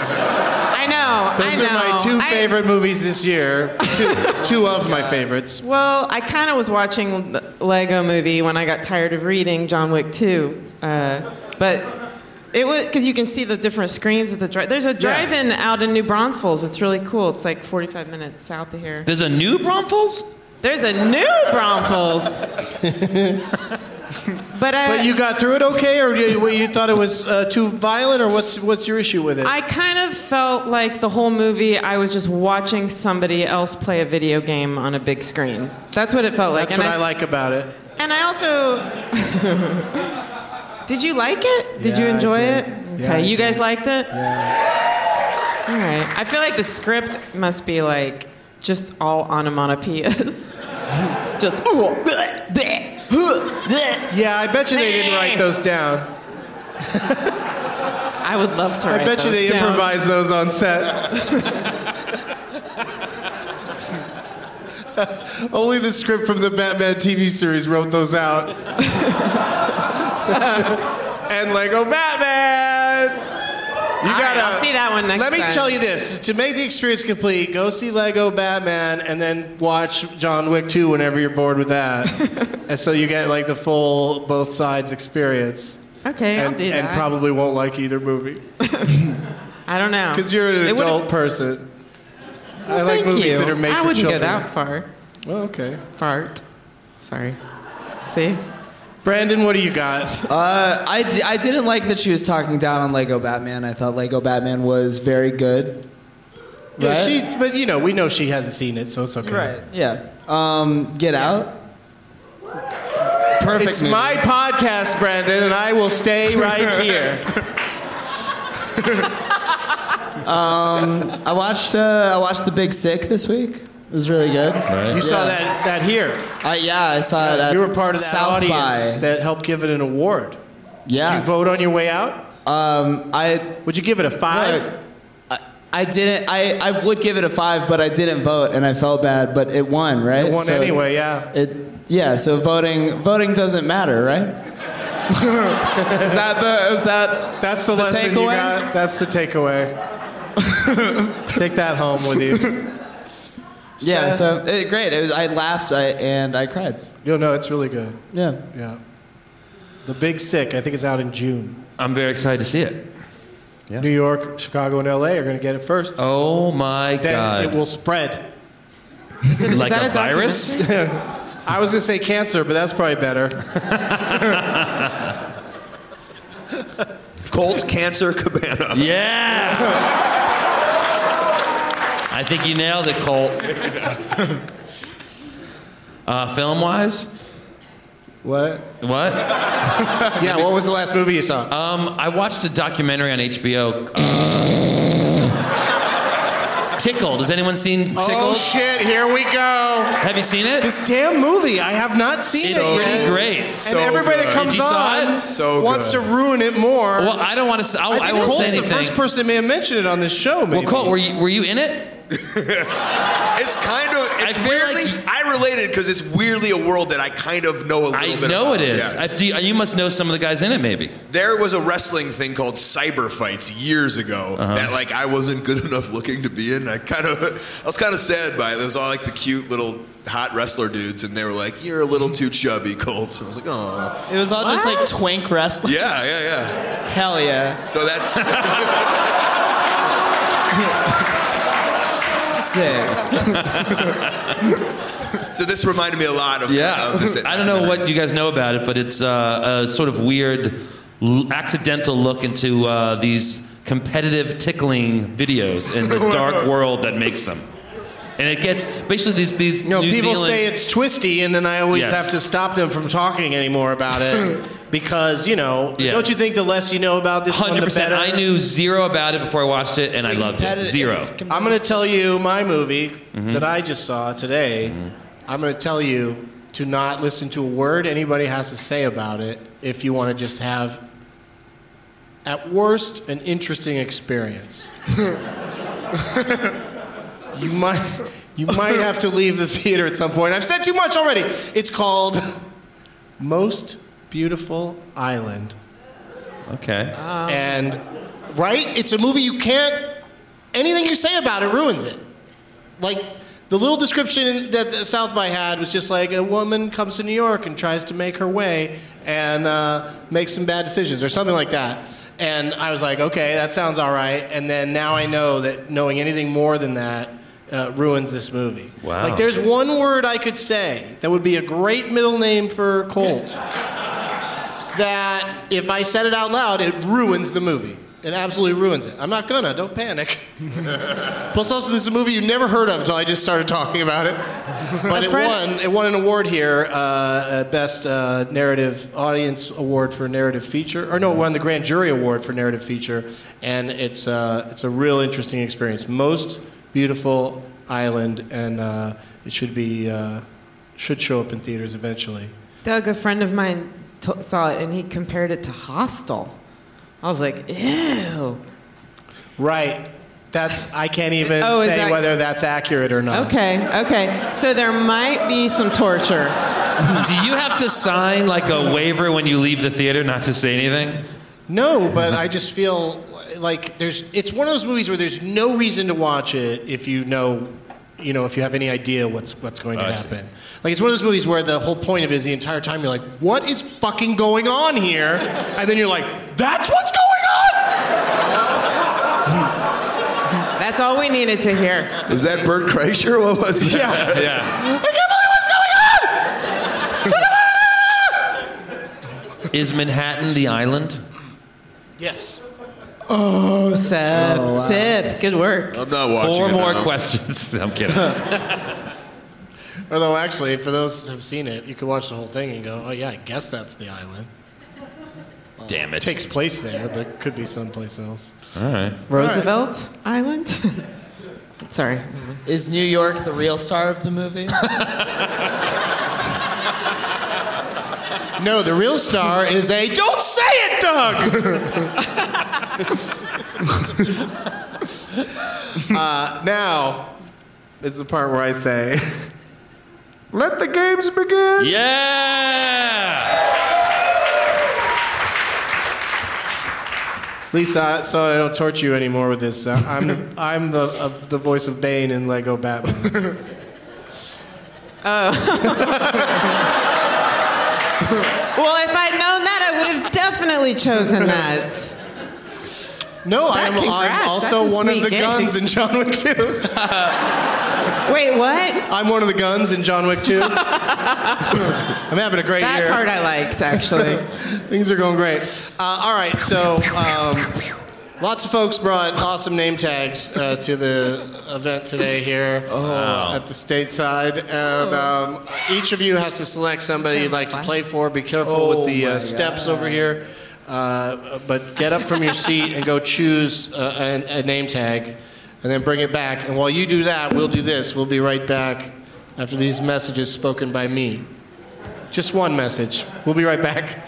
Speaker 4: I know.
Speaker 2: Those
Speaker 4: I
Speaker 2: are my
Speaker 4: know.
Speaker 2: two
Speaker 4: I-
Speaker 2: favorite movies this year. Two, two of my favorites.
Speaker 4: Well, I kind of was watching the Lego movie when I got tired of reading John Wick 2. Uh, but it was because you can see the different screens at the drive. There's a drive in out in New Braunfels. It's really cool. It's like 45 minutes south of here.
Speaker 3: There's a new Bromfels?
Speaker 4: There's a new
Speaker 2: [laughs]
Speaker 4: Braunfels. but I,
Speaker 2: But you got through it okay, or you, what, you thought it was uh, too violent, or what's what's your issue with it?
Speaker 4: I kind of felt like the whole movie I was just watching somebody else play a video game on a big screen. That's what it felt like.
Speaker 2: That's
Speaker 4: And
Speaker 2: what I, like about it.
Speaker 4: And I
Speaker 2: [laughs]
Speaker 4: also. did you like it? Did
Speaker 2: Yeah,
Speaker 4: you
Speaker 2: I
Speaker 4: enjoy
Speaker 2: did.
Speaker 4: it?
Speaker 2: Yeah,
Speaker 4: Okay,
Speaker 2: I
Speaker 4: you
Speaker 2: did.
Speaker 4: guys liked it? Yeah. All right. I feel like the script must be like just all onomatopoeias. [laughs] just. ooh, oh, bleh, bleh, huh, bleh.
Speaker 2: Yeah, I bet you they didn't write those down.
Speaker 4: I would love to.
Speaker 2: I
Speaker 4: write
Speaker 2: bet you
Speaker 4: those
Speaker 2: they
Speaker 4: down.
Speaker 2: improvised those on set. Only the script from the Batman TV series wrote those
Speaker 4: [laughs]
Speaker 2: out. and Lego Batman. You
Speaker 4: All right,
Speaker 2: gotta
Speaker 4: I'll see that one next
Speaker 2: Let me
Speaker 4: time.
Speaker 2: tell you this: to make the experience complete, go see Lego Batman, and then watch John Wick 2 whenever you're bored with that,
Speaker 4: [laughs]
Speaker 2: and so you get like the full both sides experience.
Speaker 4: Okay,
Speaker 2: and,
Speaker 4: I'll do
Speaker 2: and
Speaker 4: that.
Speaker 2: probably won't like either movie
Speaker 4: I don't know.
Speaker 2: because you're an
Speaker 4: It would've-
Speaker 2: adult person. I
Speaker 4: Well,
Speaker 2: like
Speaker 4: thank
Speaker 2: movies
Speaker 4: you.
Speaker 2: that are made
Speaker 4: I
Speaker 2: for
Speaker 4: wouldn't
Speaker 2: children.
Speaker 4: go that far.
Speaker 2: Well, okay.
Speaker 4: Fart. Sorry. See?
Speaker 2: Brandon, what do you got?
Speaker 5: Uh, I, I didn't like that she was talking down on Lego Batman. I thought Lego Batman was very good.
Speaker 2: Yeah,
Speaker 5: Right?
Speaker 2: she, but you know, we know she hasn't seen it, so it's okay.
Speaker 5: Right. Yeah. Um, Get Out. Perfect.
Speaker 2: It's
Speaker 5: movie.
Speaker 2: my podcast, Brandon, and I will
Speaker 5: [laughs]
Speaker 2: stay right here.
Speaker 5: I watched. Uh, I watched The Big Sick this week. It was really good.
Speaker 2: You saw that that here.
Speaker 5: I, yeah, I saw it. At
Speaker 2: You were part of that
Speaker 5: Uh, South
Speaker 2: audience
Speaker 5: By.
Speaker 2: that helped give it an award. Did
Speaker 5: yeah.
Speaker 2: you vote on your way out?
Speaker 5: Um, I.
Speaker 2: Would you give it a five?
Speaker 5: I, I didn't. I, I would give it a five, but I didn't vote, and I felt bad. But it won, right?
Speaker 2: It won
Speaker 5: So
Speaker 2: anyway, yeah.
Speaker 5: It. Yeah. So voting voting doesn't matter, right?
Speaker 2: [laughs]
Speaker 5: is that the is that
Speaker 2: That's the, lesson you
Speaker 5: takeaway?
Speaker 2: got. That's the
Speaker 5: [laughs]
Speaker 2: takeaway. Take that home with you.
Speaker 5: yeah?
Speaker 2: Seth?
Speaker 5: So it, great. It was, I laughed I, and I cried.
Speaker 2: You'll know it's really good.
Speaker 5: Yeah.
Speaker 2: Yeah. The Big Sick, I think it's out in June.
Speaker 3: I'm very excited to see it.
Speaker 2: New York, Chicago, and LA are going to get it first.
Speaker 3: Oh my
Speaker 2: Then
Speaker 3: god!
Speaker 2: it will spread.
Speaker 3: like
Speaker 4: that
Speaker 3: a,
Speaker 4: a
Speaker 3: virus?
Speaker 2: I was going to say cancer, but that's probably better.
Speaker 6: Colt Cancer Cabana.
Speaker 3: yeah. I think you nailed it, Colt. Uh, film wise,
Speaker 2: What?
Speaker 3: what?
Speaker 2: Yeah, what was the last movie you saw?
Speaker 3: Um, I watched a documentary on HBO. Tickle. Has anyone seen Tickle?
Speaker 2: Oh shit! Here we go.
Speaker 3: Have you seen it?
Speaker 2: This damn movie. I have not seen
Speaker 3: it's
Speaker 2: it.
Speaker 3: pretty
Speaker 2: yet.
Speaker 3: great.
Speaker 2: and everybody that comes
Speaker 3: you saw
Speaker 2: on
Speaker 3: it?
Speaker 6: So
Speaker 2: wants
Speaker 6: good.
Speaker 2: to ruin it more.
Speaker 3: Well, I don't want to. I,
Speaker 2: I think
Speaker 3: I won't say
Speaker 2: Colt's
Speaker 3: anything.
Speaker 2: the first person that may have mentioned it on this show.
Speaker 3: well,
Speaker 2: Maybe.
Speaker 3: Colt, were you were you in it?
Speaker 6: It's kind of, it's
Speaker 3: I feel
Speaker 6: weirdly,
Speaker 3: like-
Speaker 6: I relate it because it's weirdly a world that I kind of know a little
Speaker 3: I
Speaker 6: bit
Speaker 3: know
Speaker 6: about.
Speaker 3: it is.
Speaker 6: Yes.
Speaker 3: I, do, you must know some of the guys in it, maybe.
Speaker 6: There was a wrestling thing called cyber fights years ago
Speaker 3: Uh-huh.
Speaker 6: that like I wasn't good [laughs] enough looking to be in. I kind of I was kind of sad by it. There's all like the cute little hot wrestler dudes, and they were like, "You're a little too chubby, Colt." I was like, "Oh,
Speaker 5: It was all just like twink wrestling.
Speaker 6: yeah, yeah, yeah."
Speaker 5: Hell yeah.
Speaker 6: So that's
Speaker 5: Sick.
Speaker 6: [laughs] so this reminded me a lot of
Speaker 2: [laughs]
Speaker 6: of this-
Speaker 3: [laughs] I don't know what you guys know about it, but it's uh, a sort of weird, l- accidental look into uh, these competitive tickling videos in
Speaker 2: [laughs]
Speaker 3: the dark world that makes them. And it gets basically these these
Speaker 2: No,
Speaker 3: New
Speaker 2: people
Speaker 3: Zealand.
Speaker 2: say it's twisty, and then I always
Speaker 3: Yes.
Speaker 2: have to stop them from talking anymore about
Speaker 3: [coughs]
Speaker 2: it because you know.
Speaker 3: Yeah.
Speaker 2: Don't you think the less you know about this one,
Speaker 3: Hundred
Speaker 2: the
Speaker 3: percent.
Speaker 2: better?
Speaker 3: I knew zero about it before I watched it, and I loved it. Zero.
Speaker 2: I'm going to tell you my movie that I just saw today. I'm going to tell you to not listen to a word anybody has to say about it if you want to just have, at worst, an interesting experience. [laughs] you might. You might have to leave the theater at some point. I've said too much already. It's called Most Beautiful Island.
Speaker 3: Okay.
Speaker 2: And right, it's a movie you can't. Anything you say about it ruins it. Like the little description that the South by had was just like a woman comes to New York and tries to make her way and uh, makes some bad decisions or something like that. And I was like, okay, that sounds all right. And then now I know that knowing anything more than that uh, ruins this movie.
Speaker 3: Wow.
Speaker 2: Like there's one word I could say that would be a great middle name for Colt [laughs] that if I said it out loud, it ruins the movie. It absolutely ruins it. I'm not gonna. Don't panic. [laughs] Plus, also, this is a movie you never heard of until I just started talking about
Speaker 4: [laughs]
Speaker 2: it. But it won. It won an award here, uh, uh, best uh, narrative audience award for narrative feature, or no, it won the grand jury award for narrative feature, and it's uh, it's a real interesting experience. Most beautiful island, and uh, it should be uh, should show up in theaters eventually.
Speaker 4: Doug, a friend of mine t- saw it and he compared it to Hostel. I was like, ew.
Speaker 2: Right. That's I can't even
Speaker 4: Oh, is
Speaker 2: say
Speaker 4: that-
Speaker 2: whether that's accurate or
Speaker 7: Uh.
Speaker 2: not.
Speaker 4: Okay, okay. So there might be some torture.
Speaker 3: Do you have to sign like a waiver when you leave the theater not to say anything?
Speaker 2: No, but I just feel like there's it's one of those movies where there's no reason to watch it if you know you know if you have any idea what's what's going to
Speaker 3: Oh, I see.
Speaker 2: happen. Like it's one of those movies where the whole point of it is the entire time you're like what is fucking going on here? And then you're like that's what's going on.
Speaker 4: That's all we needed to hear.
Speaker 6: was that Bert Kreischer? [laughs] What was that?
Speaker 2: Yeah.
Speaker 3: Yeah.
Speaker 2: [laughs] I can't believe what's going on.
Speaker 3: Is Manhattan the island?
Speaker 2: Yes.
Speaker 4: Oh, Seth.
Speaker 5: Oh, wow.
Speaker 4: Seth, good work.
Speaker 6: I'm not watching.
Speaker 3: Four
Speaker 6: it
Speaker 3: more
Speaker 6: now.
Speaker 3: questions. [laughs] I'm kidding.
Speaker 2: Although, actually, for those who've seen it, you could watch the whole thing and go, oh, yeah, I guess that's the island.
Speaker 3: Damn it.
Speaker 2: It takes place there, but could be someplace else.
Speaker 3: All right.
Speaker 4: Roosevelt Island? [laughs] Sorry.
Speaker 5: Is New York the real star of the movie?
Speaker 2: No, the real star is a don't say it, Doug. uh, now is the part where I say, "Let the games begin."
Speaker 3: Yeah.
Speaker 2: Lisa, I- so I don't torture you anymore with this. Uh, I'm I'm the of the voice of Bane in Lego Batman.
Speaker 4: Well, if I'd known that, I would have definitely chosen that.
Speaker 2: No,
Speaker 4: That-
Speaker 2: I'm,
Speaker 4: congrats,
Speaker 2: I'm also
Speaker 4: that's a
Speaker 2: one of
Speaker 4: sweet
Speaker 2: the
Speaker 4: gig.
Speaker 2: guns in John Wick 2.
Speaker 4: Wait, what?
Speaker 2: I'm one of the guns in John Wick [laughs] 2. I'm having a great
Speaker 4: That
Speaker 2: year.
Speaker 4: part I liked, actually.
Speaker 2: Things are going great. Uh, all right, so um, lots of folks brought awesome name tags uh, to the event today here at the stateside, and um, each of you has to select somebody you'd like to play for. Be careful with the uh, steps over here, uh, but get up from your seat and go choose uh, a, a name tag, and then bring it back. And while you do that, we'll do this. We'll be right back after these messages spoken by me. Just one message. We'll be right back.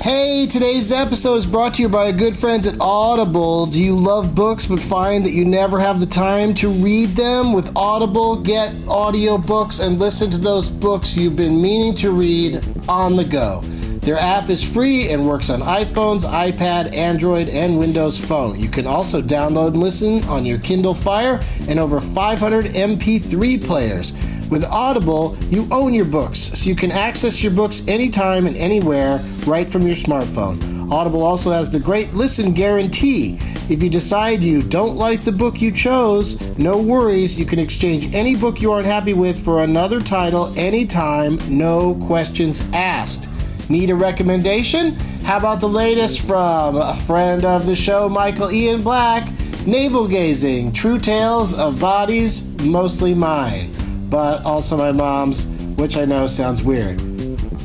Speaker 8: Hey, today's episode is brought to you by our good friends at Audible. Do you love books but find that you never have the time to read them? With Audible, get audiobooks and listen to those books you've been meaning to read on the go. Their app is free and works on iPhones, iPad, Android, and Windows Phone. You can also download and listen on your Kindle Fire and over 500 MP3 players. With Audible, you own your books, so you can access your books anytime and anywhere right from your smartphone. Audible also has the great listen guarantee. If you decide you don't like the book you chose, no worries, you can exchange any book you aren't happy with for another title anytime, no questions asked. Need a recommendation? How about the latest from a friend of the show, Michael Ian Black? Navel Gazing True Tales of Bodies, mostly mine, but also my mom's, which I know sounds weird.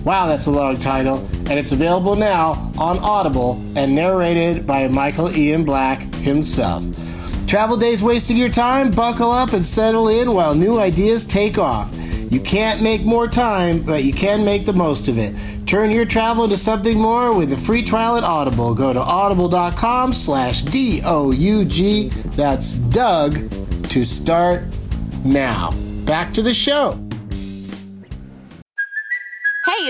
Speaker 8: Wow, that's a long title, and it's available now on Audible and narrated by Michael Ian Black himself. Travel days wasting your time? Buckle up and settle in while new ideas take off. You can't make more time, but you can make the most of it. Turn your travel into something more with a free trial at Audible. Go to audible.com slash D-O-U-G, that's Doug, to start now. Back to the show.
Speaker 9: Hey,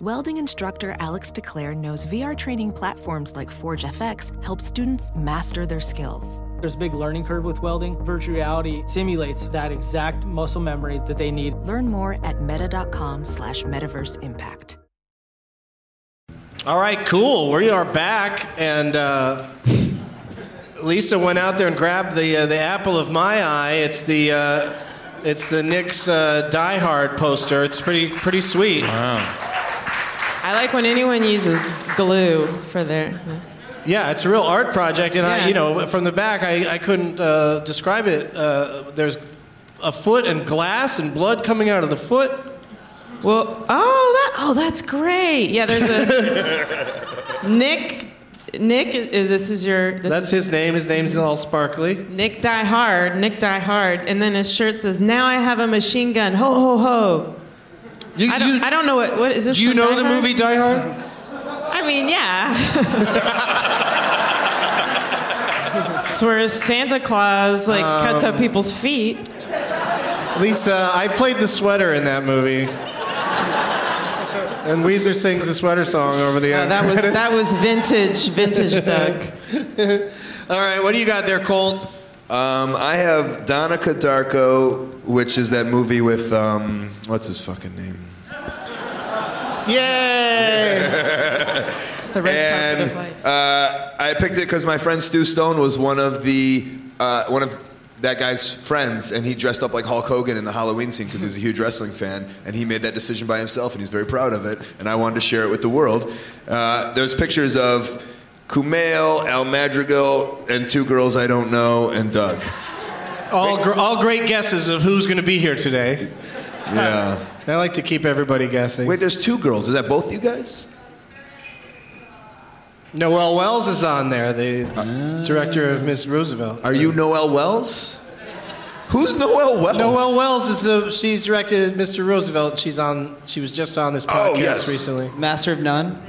Speaker 10: Welding instructor Alex DeClaire knows VR training platforms like Forge FX help students master their skills.
Speaker 7: There's a big learning curve with welding. Virtual reality simulates that [laughs] exact muscle memory that they need.
Speaker 10: Learn more at meta.com slash metaverse impact.
Speaker 2: All right, cool. We are back, and uh, Lisa went out there and grabbed the uh, the apple of my eye. It's the uh, it's the Knicks uh, Die Hard poster. It's pretty pretty sweet.
Speaker 4: I like when anyone uses glue for their.
Speaker 2: Yeah, it's a real art project, and I
Speaker 4: Yeah.
Speaker 2: you know from the back I I couldn't uh, describe it. Uh, there's a foot and glass and blood coming out of the foot.
Speaker 4: Well, oh, that, oh, that's great. Yeah, there's a
Speaker 2: [laughs]
Speaker 4: Nick. Nick, i- this is your. This
Speaker 2: That's
Speaker 4: is
Speaker 2: his name. His name's all sparkly.
Speaker 4: Nick Die Hard. Nick Die Hard, and then his shirt says, "Now I have a machine gun." Ho ho ho.
Speaker 2: You,
Speaker 4: I don't.
Speaker 2: you-
Speaker 4: I don't know what. What is this?
Speaker 2: do you
Speaker 4: from
Speaker 2: know
Speaker 4: Die
Speaker 2: the
Speaker 4: Hard?
Speaker 2: movie Die Hard?
Speaker 4: I
Speaker 2: [laughs]
Speaker 4: mean, yeah. it's where Santa Claus like cuts
Speaker 2: Um,
Speaker 4: up people's feet.
Speaker 2: Lisa, I played the sweater in that movie. And Weezer sings the sweater song over the
Speaker 4: Uh,
Speaker 2: end. [laughs]
Speaker 4: that was
Speaker 2: credits.
Speaker 4: that was vintage,
Speaker 2: [laughs]
Speaker 4: vintage Doug.
Speaker 2: All right, what do you got there, Colt?
Speaker 6: Um, I have Donica Darko, which is that movie with um, what's his fucking name?
Speaker 2: Yay!
Speaker 6: and uh, I picked it because my friend Stu Stone was one of the uh, one of that guy's friends, and he dressed up like Hulk Hogan in the Halloween scene because he was a huge wrestling fan, and he made that decision by himself, and he's very proud of it. And I wanted to share it with the world. Uh, there's pictures of Kumail, Al Madrigal, and two girls I don't know, and Doug.
Speaker 2: All, gr- all great guesses of who's going to be here today.
Speaker 6: Yeah.
Speaker 2: [laughs] I like to keep everybody guessing.
Speaker 6: Wait, there's two girls. Is that both you guys?
Speaker 2: Noel Wells is on there, the director of Miss Roosevelt.
Speaker 6: Are you Noel Wells? Who's Noel Wells?
Speaker 2: Noel Wells is the she's directed Mr. Roosevelt. She's on. She was just on this podcast
Speaker 6: Oh, yes.
Speaker 2: recently.
Speaker 5: Master of None.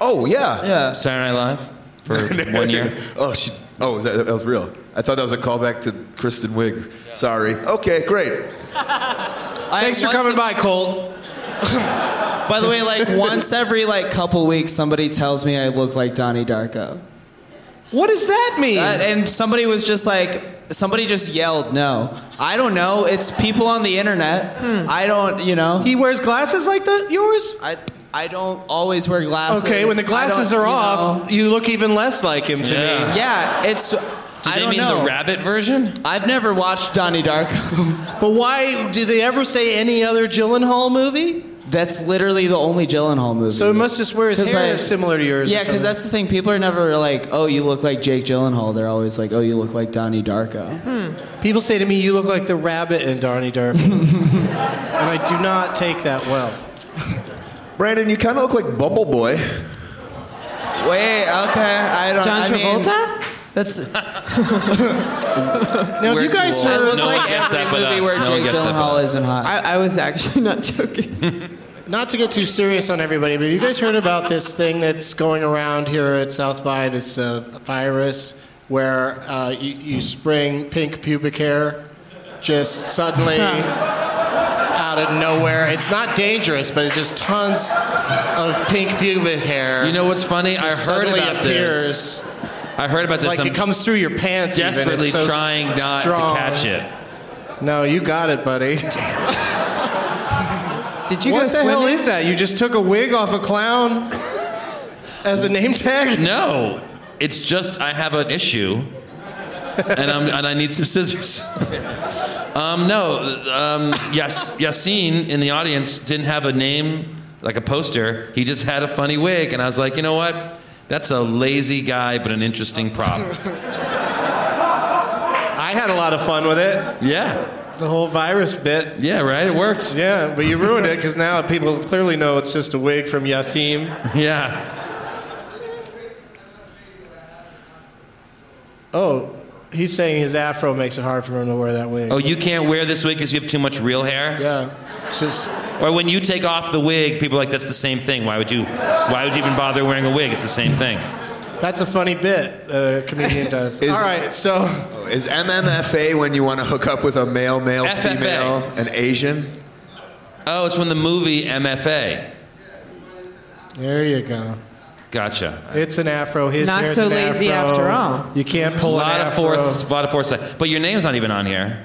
Speaker 6: Oh yeah.
Speaker 5: Yeah.
Speaker 3: Saturday Night Live for
Speaker 6: [laughs]
Speaker 3: one year.
Speaker 6: oh, she, oh, that, that was real. I thought that was a callback to Kristen Wiig. Sorry. Okay, great.
Speaker 2: Thanks for coming by, Colt.
Speaker 5: By the way, like once every like couple weeks, somebody tells me I look like Donnie Darko,
Speaker 2: What does that mean?
Speaker 5: That- Uh, and somebody was just like, somebody just yelled, "No, I don't know. It's people on the internet. I don't, you know."
Speaker 2: Hmm. he wears glasses like the yours.
Speaker 5: I I don't always wear glasses.
Speaker 2: Okay, when the
Speaker 5: I
Speaker 2: glasses
Speaker 5: don't-
Speaker 2: are
Speaker 5: you
Speaker 2: off, you look even less like him to
Speaker 3: Yeah.
Speaker 2: me.
Speaker 5: know. Yeah, it's.
Speaker 3: Do
Speaker 5: I
Speaker 3: they
Speaker 5: don't
Speaker 3: mean
Speaker 5: know.
Speaker 3: the rabbit version?
Speaker 5: I've never watched Donnie Darko.
Speaker 2: [laughs] But why do they ever say any other Gyllenhaal movie?
Speaker 5: that's literally the only Gyllenhaal movie.
Speaker 2: So he must just wear his
Speaker 5: 'Cause
Speaker 2: hair
Speaker 5: I-
Speaker 2: similar to yours. or
Speaker 5: Yeah, because
Speaker 2: something.
Speaker 5: that's the thing. People are never like, "Oh, you look like Jake Gyllenhaal." They're always like, "Oh, you look like Donnie Darko."
Speaker 2: people say to me, "You look like the rabbit in Darnie Darko," and I do not take that well.
Speaker 6: Brandon, you kind of look like Bubble Boy.
Speaker 5: Wait, okay, I don't.
Speaker 4: John
Speaker 5: I mean,
Speaker 4: Travolta?
Speaker 5: that's
Speaker 2: Now, if you guys
Speaker 5: I
Speaker 2: are
Speaker 5: look
Speaker 3: No one
Speaker 5: like
Speaker 3: gets
Speaker 5: every
Speaker 3: that but
Speaker 5: movie
Speaker 3: us.
Speaker 5: where
Speaker 3: No one
Speaker 5: Jake
Speaker 3: gets that but
Speaker 5: Gyllenhaal
Speaker 3: us.
Speaker 5: isn't hot.
Speaker 4: I, I was actually not
Speaker 5: [laughs]
Speaker 4: joking.
Speaker 2: Not to get too serious on everybody, but have you guys heard about this thing that's going around here at South by, this uh, virus where uh, you, you spring pink pubic hair just suddenly out of nowhere? It's not dangerous, but it's just tons of pink pubic hair.
Speaker 3: You know what's funny? I
Speaker 2: just
Speaker 3: heard
Speaker 2: suddenly
Speaker 3: about
Speaker 2: appears,
Speaker 3: this. I heard about this.
Speaker 2: Like
Speaker 3: I'm
Speaker 2: it comes through your pants. even. It's
Speaker 3: desperately
Speaker 2: so
Speaker 3: trying not
Speaker 2: strong.
Speaker 3: to catch it.
Speaker 2: No, you got it, [laughs] buddy.
Speaker 4: Did you
Speaker 2: what
Speaker 4: go
Speaker 2: the
Speaker 4: swimming?
Speaker 2: hell is that? You just took a wig off a clown as a name tag?
Speaker 3: No, it's just I have an issue, and I'm and I need some scissors. [laughs] um, no, um, yes, Yassine in the audience didn't have a name like a poster. He just had a funny wig, and I was like, you know what? That's a lazy guy, but an interesting prop.
Speaker 2: [laughs] I had a lot of fun with it.
Speaker 3: yeah,
Speaker 2: The whole virus bit.
Speaker 3: yeah, right. It worked. [laughs]
Speaker 2: Yeah, but you ruined it because now people clearly know it's just a wig from Yasim.
Speaker 3: Yeah.
Speaker 2: Oh, he's saying his afro makes it hard for him to wear that wig.
Speaker 3: Oh, you can't wear this wig because you have too much real hair.
Speaker 2: yeah. It's just
Speaker 3: Or when you take off the wig, people are like, that's the same thing. Why would you? Why would you even bother wearing a wig? It's the same thing.
Speaker 2: that's a funny bit that a [laughs] comedian does.
Speaker 6: Is-
Speaker 2: All right, so
Speaker 6: Is MMFA when you want to hook up with a male, male,
Speaker 3: FFA.
Speaker 6: female, an Asian?
Speaker 3: Oh, it's from the movie MFA.
Speaker 2: there you go.
Speaker 3: Gotcha.
Speaker 2: It's an afro. His
Speaker 4: Not
Speaker 2: hair's
Speaker 4: so
Speaker 2: an
Speaker 4: lazy
Speaker 2: afro.
Speaker 4: after all.
Speaker 2: You can't pull
Speaker 3: a
Speaker 2: an
Speaker 3: lot of
Speaker 2: afro.
Speaker 3: fourth, lot of foresight. But your name's not even on here.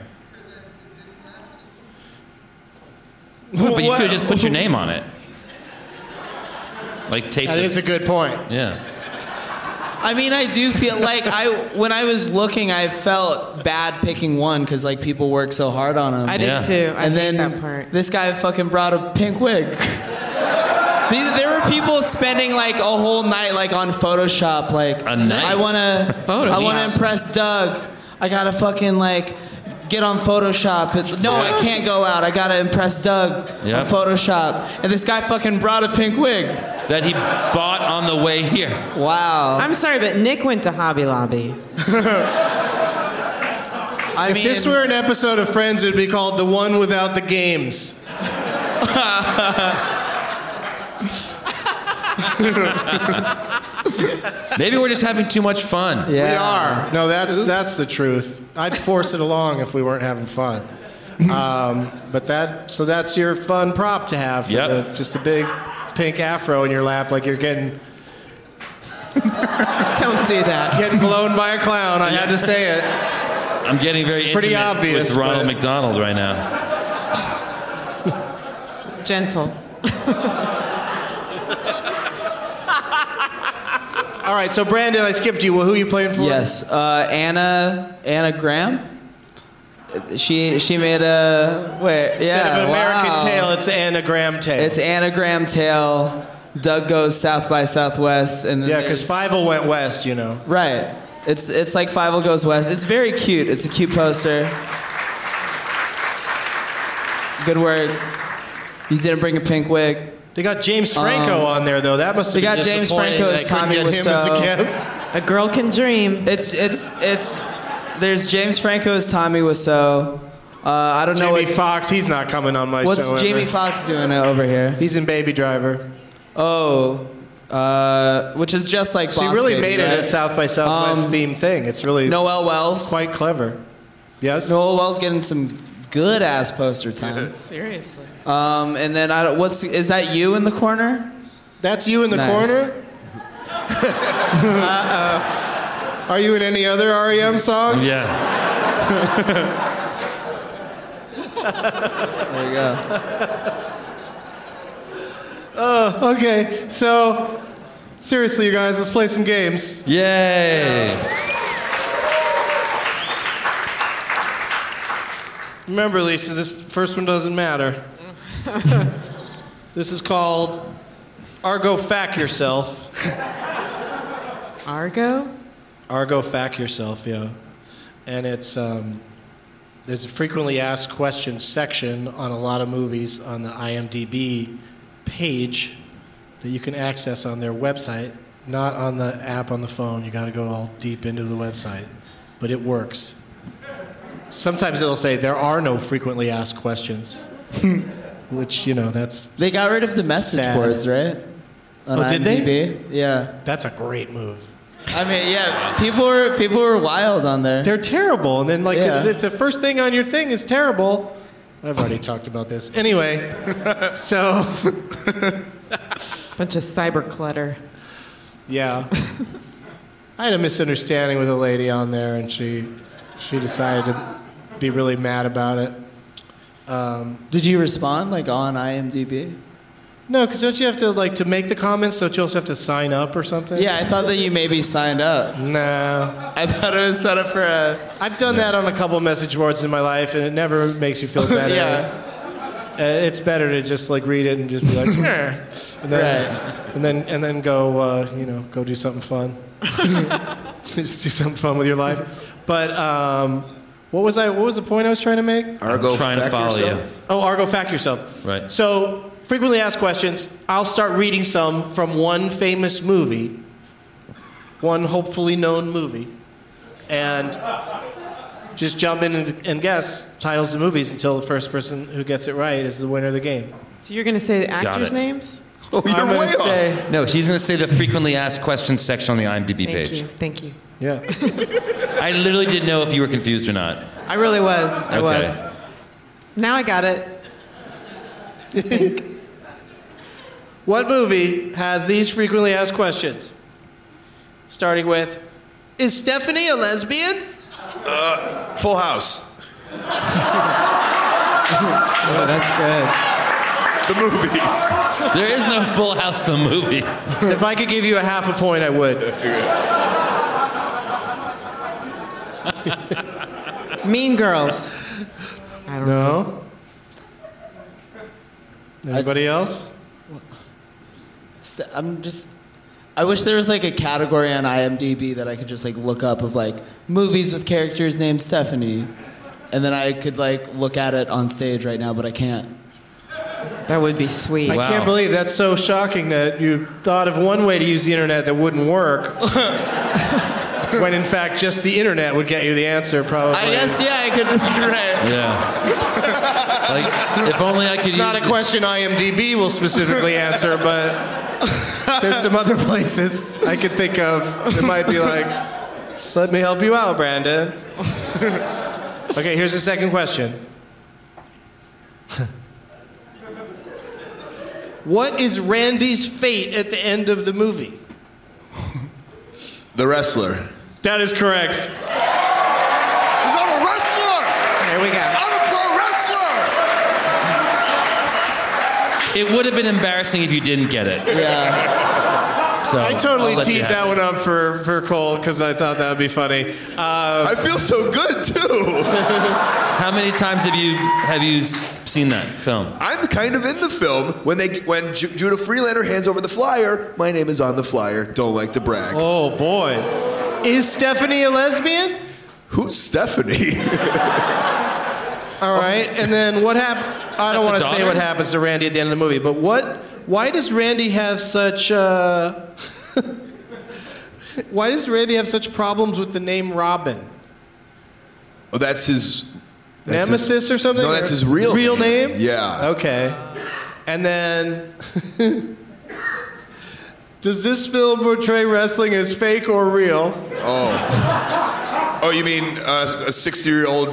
Speaker 3: but you could have just put your name on it. Like taped
Speaker 2: That
Speaker 3: it.
Speaker 2: is a good point.
Speaker 3: yeah.
Speaker 5: I mean, I do feel like I when I was looking, I felt bad picking one because like people work so hard on them.
Speaker 4: I did
Speaker 3: Yeah.
Speaker 4: too. I
Speaker 5: and then
Speaker 4: hate that part.
Speaker 5: this guy fucking brought a pink wig. These- there were people spending like a whole night like on Photoshop. Like
Speaker 3: A night?
Speaker 5: I wanna,
Speaker 4: Photoshop.
Speaker 5: I wanna impress Doug. I gotta fucking like get on Photoshop. It- no, I can't go out. I gotta impress Doug
Speaker 3: Yep.
Speaker 5: on Photoshop. And this guy fucking brought a pink wig.
Speaker 3: That he bought on the way here.
Speaker 5: Wow.
Speaker 4: I'm sorry, but Nick went to Hobby Lobby.
Speaker 5: I
Speaker 2: if
Speaker 5: mean,
Speaker 2: this were an episode of Friends, it'd be called The One Without the Games.
Speaker 3: Maybe we're just having too much fun.
Speaker 5: yeah.
Speaker 2: We are. Uh, No, that's that's the truth. I'd force it along if we weren't having fun. Um, but that so that's your fun prop to have. For
Speaker 3: Yep.
Speaker 2: the, just a big pink afro in your lap like you're getting
Speaker 11: Don't do that.
Speaker 2: Getting blown by a clown. I had to say it.
Speaker 3: I'm getting very
Speaker 2: It's pretty
Speaker 3: intimate
Speaker 2: obvious,
Speaker 3: with Ronald
Speaker 2: but-
Speaker 3: McDonald right now.
Speaker 4: Gentle.
Speaker 2: All right, so Brandon, I skipped you. Well, who are you playing for?
Speaker 5: Yes, uh, Anna Anna Graham. She she made a wait.
Speaker 2: Instead
Speaker 5: yeah,
Speaker 2: of an American
Speaker 5: wow.
Speaker 2: Tale, it's Anagram Tale.
Speaker 5: It's Anagram Tale. Doug goes south by southwest, and then
Speaker 2: Yeah, 'cause
Speaker 5: there's-
Speaker 2: Fievel went west, you know.
Speaker 5: Right. It's it's like Fievel goes west. It's very cute. It's a cute poster. Good work. You didn't bring a pink wig.
Speaker 2: They got James Franco on there though. That must have
Speaker 5: Um, They
Speaker 2: been
Speaker 5: got James
Speaker 2: disappointing
Speaker 5: Franco
Speaker 2: that
Speaker 5: as
Speaker 2: I couldn't
Speaker 5: Tommy
Speaker 2: get him as a
Speaker 5: Wiseau.
Speaker 2: guest.
Speaker 4: A girl can dream.
Speaker 5: It's it's it's. There's James Franco's Tommy Wiseau. Uh, I don't know.
Speaker 2: Jamie
Speaker 5: what-
Speaker 2: Foxx, he's not coming on my
Speaker 5: What's
Speaker 2: show. ever.
Speaker 5: Jamie Foxx doing over here?
Speaker 2: He's in Baby Driver.
Speaker 5: Oh, uh, which is just like.
Speaker 2: So he
Speaker 5: Boss
Speaker 2: really
Speaker 5: Baby, Um,
Speaker 2: made it
Speaker 5: right?
Speaker 2: a South by Southwest themed thing. It's really
Speaker 5: Noel Wells.
Speaker 2: Quite clever. Yes.
Speaker 5: Noel Wells getting some good ass poster time.
Speaker 4: Seriously.
Speaker 5: um, and then I don't. What's is that you in the corner?
Speaker 2: That's you in the
Speaker 5: Nice. [laughs]
Speaker 2: corner. uh oh. Are you in any other REM songs? [laughs]
Speaker 3: Yeah.
Speaker 5: There you go.
Speaker 2: Oh, okay. So, seriously, you guys, let's play some games.
Speaker 3: Yay!
Speaker 2: Remember, Lisa, this first one doesn't matter. this is called Argo Fack Yourself.
Speaker 4: Argo?
Speaker 2: Argo Fack Yourself, yeah. And it's um, there's a frequently asked questions section on a lot of movies on the IMDb page that you can access on their website, not on the app on the phone. You got to go all deep into the website, but it works. Sometimes it'll say there are no frequently asked questions, [laughs] which you know that's
Speaker 5: They got rid of the message
Speaker 2: Sad.
Speaker 5: boards, right? On
Speaker 2: Oh, did they?
Speaker 5: IMDb. Yeah.
Speaker 2: that's a great move.
Speaker 5: I mean, yeah. People were people were wild on there.
Speaker 2: They're terrible, and then like
Speaker 5: Yeah.
Speaker 2: if if the first thing on your thing is terrible. I've already talked about this.
Speaker 5: [laughs]
Speaker 2: Anyway, so
Speaker 4: Bunch of cyber clutter.
Speaker 2: Yeah. [laughs] I had a misunderstanding with a lady on there, and she she decided to be really mad about it. Um,
Speaker 5: Did you respond like on IMDb?
Speaker 2: no, because don't you have to like to make the comments? Don't you also have to sign up or something?
Speaker 5: Yeah, I thought that you maybe signed up.
Speaker 2: No,
Speaker 5: I thought it was set up for a.
Speaker 2: I've done that on a couple message boards in my life, and it never makes you feel better.
Speaker 5: [laughs] Yeah.
Speaker 2: Uh, it's better to just like read it and just be like,
Speaker 5: [clears throat]
Speaker 2: "Eh," and then, and then and then go uh, you know go do something fun. just do something fun with your life. But um, what was I? What was the point I was trying to make?
Speaker 6: Argo
Speaker 3: trying to
Speaker 6: Fack
Speaker 3: follow you.
Speaker 6: yourself?
Speaker 2: Oh, Argo, fact yourself.
Speaker 3: Right.
Speaker 2: So, frequently asked questions. I'll start reading some from one famous movie, one hopefully known movie, and just jump in and, and guess titles of movies until the first person who gets it right is the winner of the game.
Speaker 4: So you're going to say the actors'
Speaker 3: it.
Speaker 4: names?
Speaker 6: Oh, you're
Speaker 2: I'm
Speaker 6: way
Speaker 2: gonna
Speaker 6: off. [laughs]
Speaker 2: say,
Speaker 3: No, he's going to say the frequently asked questions section on the IMDb
Speaker 4: Thank
Speaker 3: page.
Speaker 4: you. Thank you.
Speaker 2: yeah.
Speaker 3: I literally didn't know if you were confused or not.
Speaker 4: I really was. I
Speaker 3: Okay.
Speaker 4: was. Now I got it.
Speaker 2: what movie has these frequently asked questions? Starting with, is Stephanie a
Speaker 4: [laughs]
Speaker 2: lesbian?
Speaker 6: Full House,
Speaker 5: Oh, that's good.
Speaker 6: the movie.
Speaker 3: There is no Full House the movie.
Speaker 2: if I could give you a half a point, I would.
Speaker 4: Mean Girls. I don't know.
Speaker 2: No. Anybody else?
Speaker 5: St- I'm just. I wish there was like a category on IMDb that I could just like look up of like movies with characters named Stephanie, and then I could like look at it on stage right now, but I can't.
Speaker 4: That would be sweet.
Speaker 2: I can't believe that's so shocking that you thought of one way to use the internet that wouldn't
Speaker 5: [laughs]
Speaker 2: work. when in fact, just the internet would get you the answer, probably.
Speaker 5: I guess yeah, I could. [laughs] Right.
Speaker 3: Yeah. Like, if only I could
Speaker 2: It's
Speaker 3: use
Speaker 2: not a
Speaker 3: the-
Speaker 2: question IMDb will specifically answer, but there's some other places I could think of that might be like, let me help you out, Brandon. okay, here's the second question. What is Randy's fate at the end of the movie?
Speaker 6: The wrestler.
Speaker 2: That is correct. He's
Speaker 6: not a wrestler!
Speaker 4: There we go.
Speaker 6: I'm a pro wrestler!
Speaker 3: It would have been embarrassing if you didn't get it.
Speaker 5: Yeah.
Speaker 3: So
Speaker 2: I
Speaker 3: I'll
Speaker 2: totally
Speaker 3: let you
Speaker 2: teed
Speaker 3: have
Speaker 2: that
Speaker 3: it.
Speaker 2: one up for, for Cole because I thought that would be funny. Uh,
Speaker 6: I feel so good too.
Speaker 3: How many times have you have you s- seen that film?
Speaker 6: I'm kind of in the film when they when Ju- Judah Freelander hands over the flyer. My name is on the flyer. Don't like to brag.
Speaker 2: Oh boy, is Stephanie a lesbian?
Speaker 6: Who's Stephanie? [laughs]
Speaker 2: All right, and then what happened? I don't want to
Speaker 3: the
Speaker 2: say what
Speaker 3: daughter?
Speaker 2: happens to Randy at the end of the movie, but what? Why does Randy have such? Uh, [laughs] why does Randy have such problems with the name Robin?
Speaker 6: oh, that's his that's his-
Speaker 2: Nemesis or something?
Speaker 6: No,
Speaker 2: Or
Speaker 6: that's his real
Speaker 2: real name.
Speaker 6: Yeah.
Speaker 2: Okay, and then. [laughs] Does this film portray wrestling as fake or real?
Speaker 6: Oh. Oh, you mean uh, a 60 year old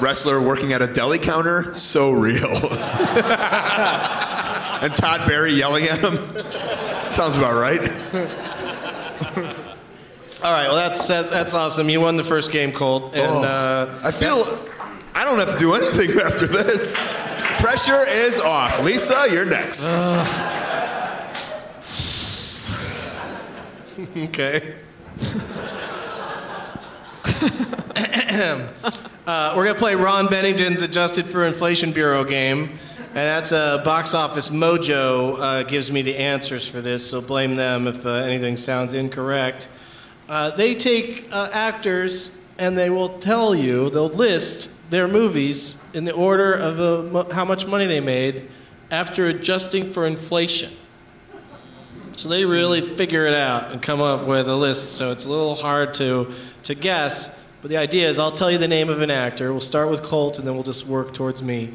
Speaker 6: wrestler working at a deli counter? So real. [laughs] and Todd Barry yelling at him? [laughs] Sounds about right.
Speaker 2: All right, well that's that's awesome. You won the first game, Colt, and
Speaker 6: Oh.
Speaker 2: uh,
Speaker 6: I feel I don't have to do anything [laughs] after this. Pressure is off. Lisa, you're next.
Speaker 2: Uh. [laughs] Okay. [clears throat] uh, we're going to play Ron Bennington's Adjusted for Inflation Bureau game. And that's uh, Box Office Mojo uh, gives me the answers for this, so blame them if uh, anything sounds incorrect. Uh, they take uh, actors and they will tell you, they'll list their movies in the order of uh, mo- how much money they made after adjusting for inflation. So they really figure it out and come up with a list. So it's a little hard to to guess. But the idea is, I'll tell you the name of an actor. We'll start with Colt, and then we'll just work towards me.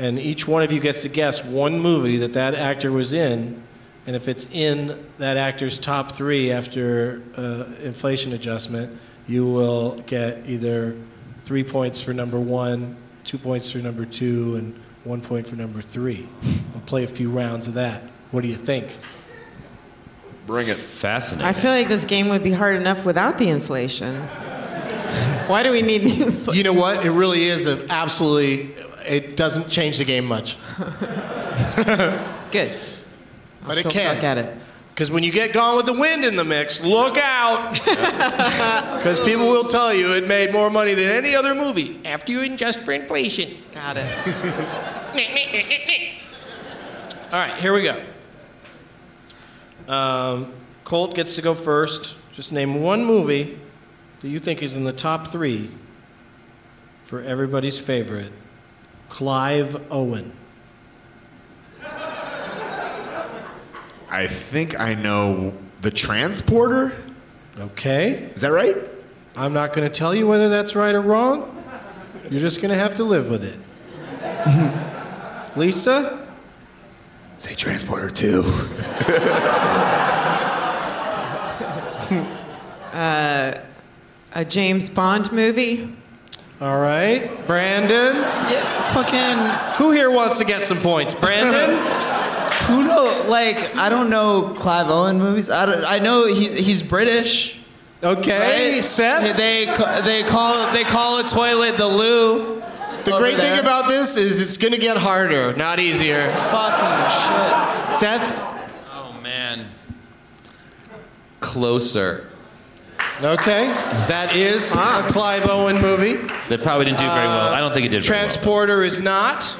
Speaker 2: And each one of you gets to guess one movie that that actor was in, and if it's in that actor's top three after uh, inflation adjustment, you will get either three points for number one, two points for number two, and one point for number three. We'll play a few rounds of that. What do you think?
Speaker 6: Bring it.
Speaker 3: Fascinating.
Speaker 4: I feel like this game would be hard enough without the
Speaker 3: [laughs]
Speaker 4: inflation. Why do we need the inflation?
Speaker 2: You know what? It really is a absolutely. It doesn't change the game much,
Speaker 4: Good. I'll
Speaker 2: but it
Speaker 4: still
Speaker 2: can.
Speaker 4: suck at it.
Speaker 2: Because when you get Gone with the Wind in the mix, look out.
Speaker 4: [laughs]
Speaker 2: Because people will tell you it made more money than any other movie after you adjust for inflation. [laughs]
Speaker 4: Got it.
Speaker 2: All right, here we go. Um, Colt gets to go first. Just name one movie that you think is in the top three for everybody's favorite, Clive Owen.
Speaker 6: I think I know the transporter.
Speaker 2: Okay.
Speaker 6: Is that right?
Speaker 2: I'm not going to tell you whether that's right or wrong. You're just going to have to live with it. [laughs] Lisa?
Speaker 6: Say transporter too.
Speaker 4: A James Bond movie?
Speaker 2: All right. Brandon?
Speaker 5: Fucking.
Speaker 2: Who here wants to get some points?
Speaker 5: [laughs]
Speaker 2: Brandon?
Speaker 5: Who know? Like, I don't know Clive Owen movies. I, don't, I know he, he's British.
Speaker 2: Okay.
Speaker 5: right?
Speaker 2: Seth?
Speaker 5: They, they, call, they call a toilet the loo.
Speaker 2: The
Speaker 5: over
Speaker 2: great thing
Speaker 5: there.
Speaker 2: about this is it's going to get harder, not easier.
Speaker 5: Fucking shit.
Speaker 2: Seth?
Speaker 3: Oh man. Closer.
Speaker 2: Okay. That is
Speaker 5: Ah.
Speaker 2: a Clive Owen movie.
Speaker 3: They probably didn't do very well. I don't think it did. very well.
Speaker 2: Transporter is not.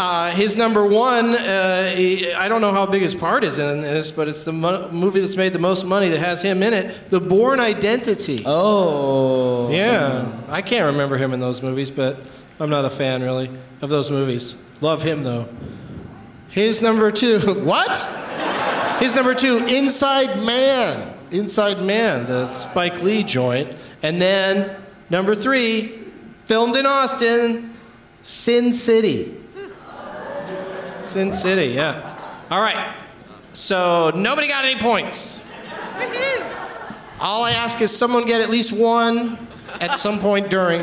Speaker 2: Uh, his number one, uh, he- I don't know how big his part is in this, but it's the mo- movie that's made the most money that has him in it The Born Identity.
Speaker 5: Oh.
Speaker 2: Yeah. I can't remember him in those movies, but I'm not a fan, really, of those movies. Love him, though. His number two, what? His number two, Inside Man. Inside Man, the Spike Lee joint. And then number three, filmed in Austin, Sin City. Sin City, yeah. All right. So nobody got any points. All I ask is someone get at least one at some point during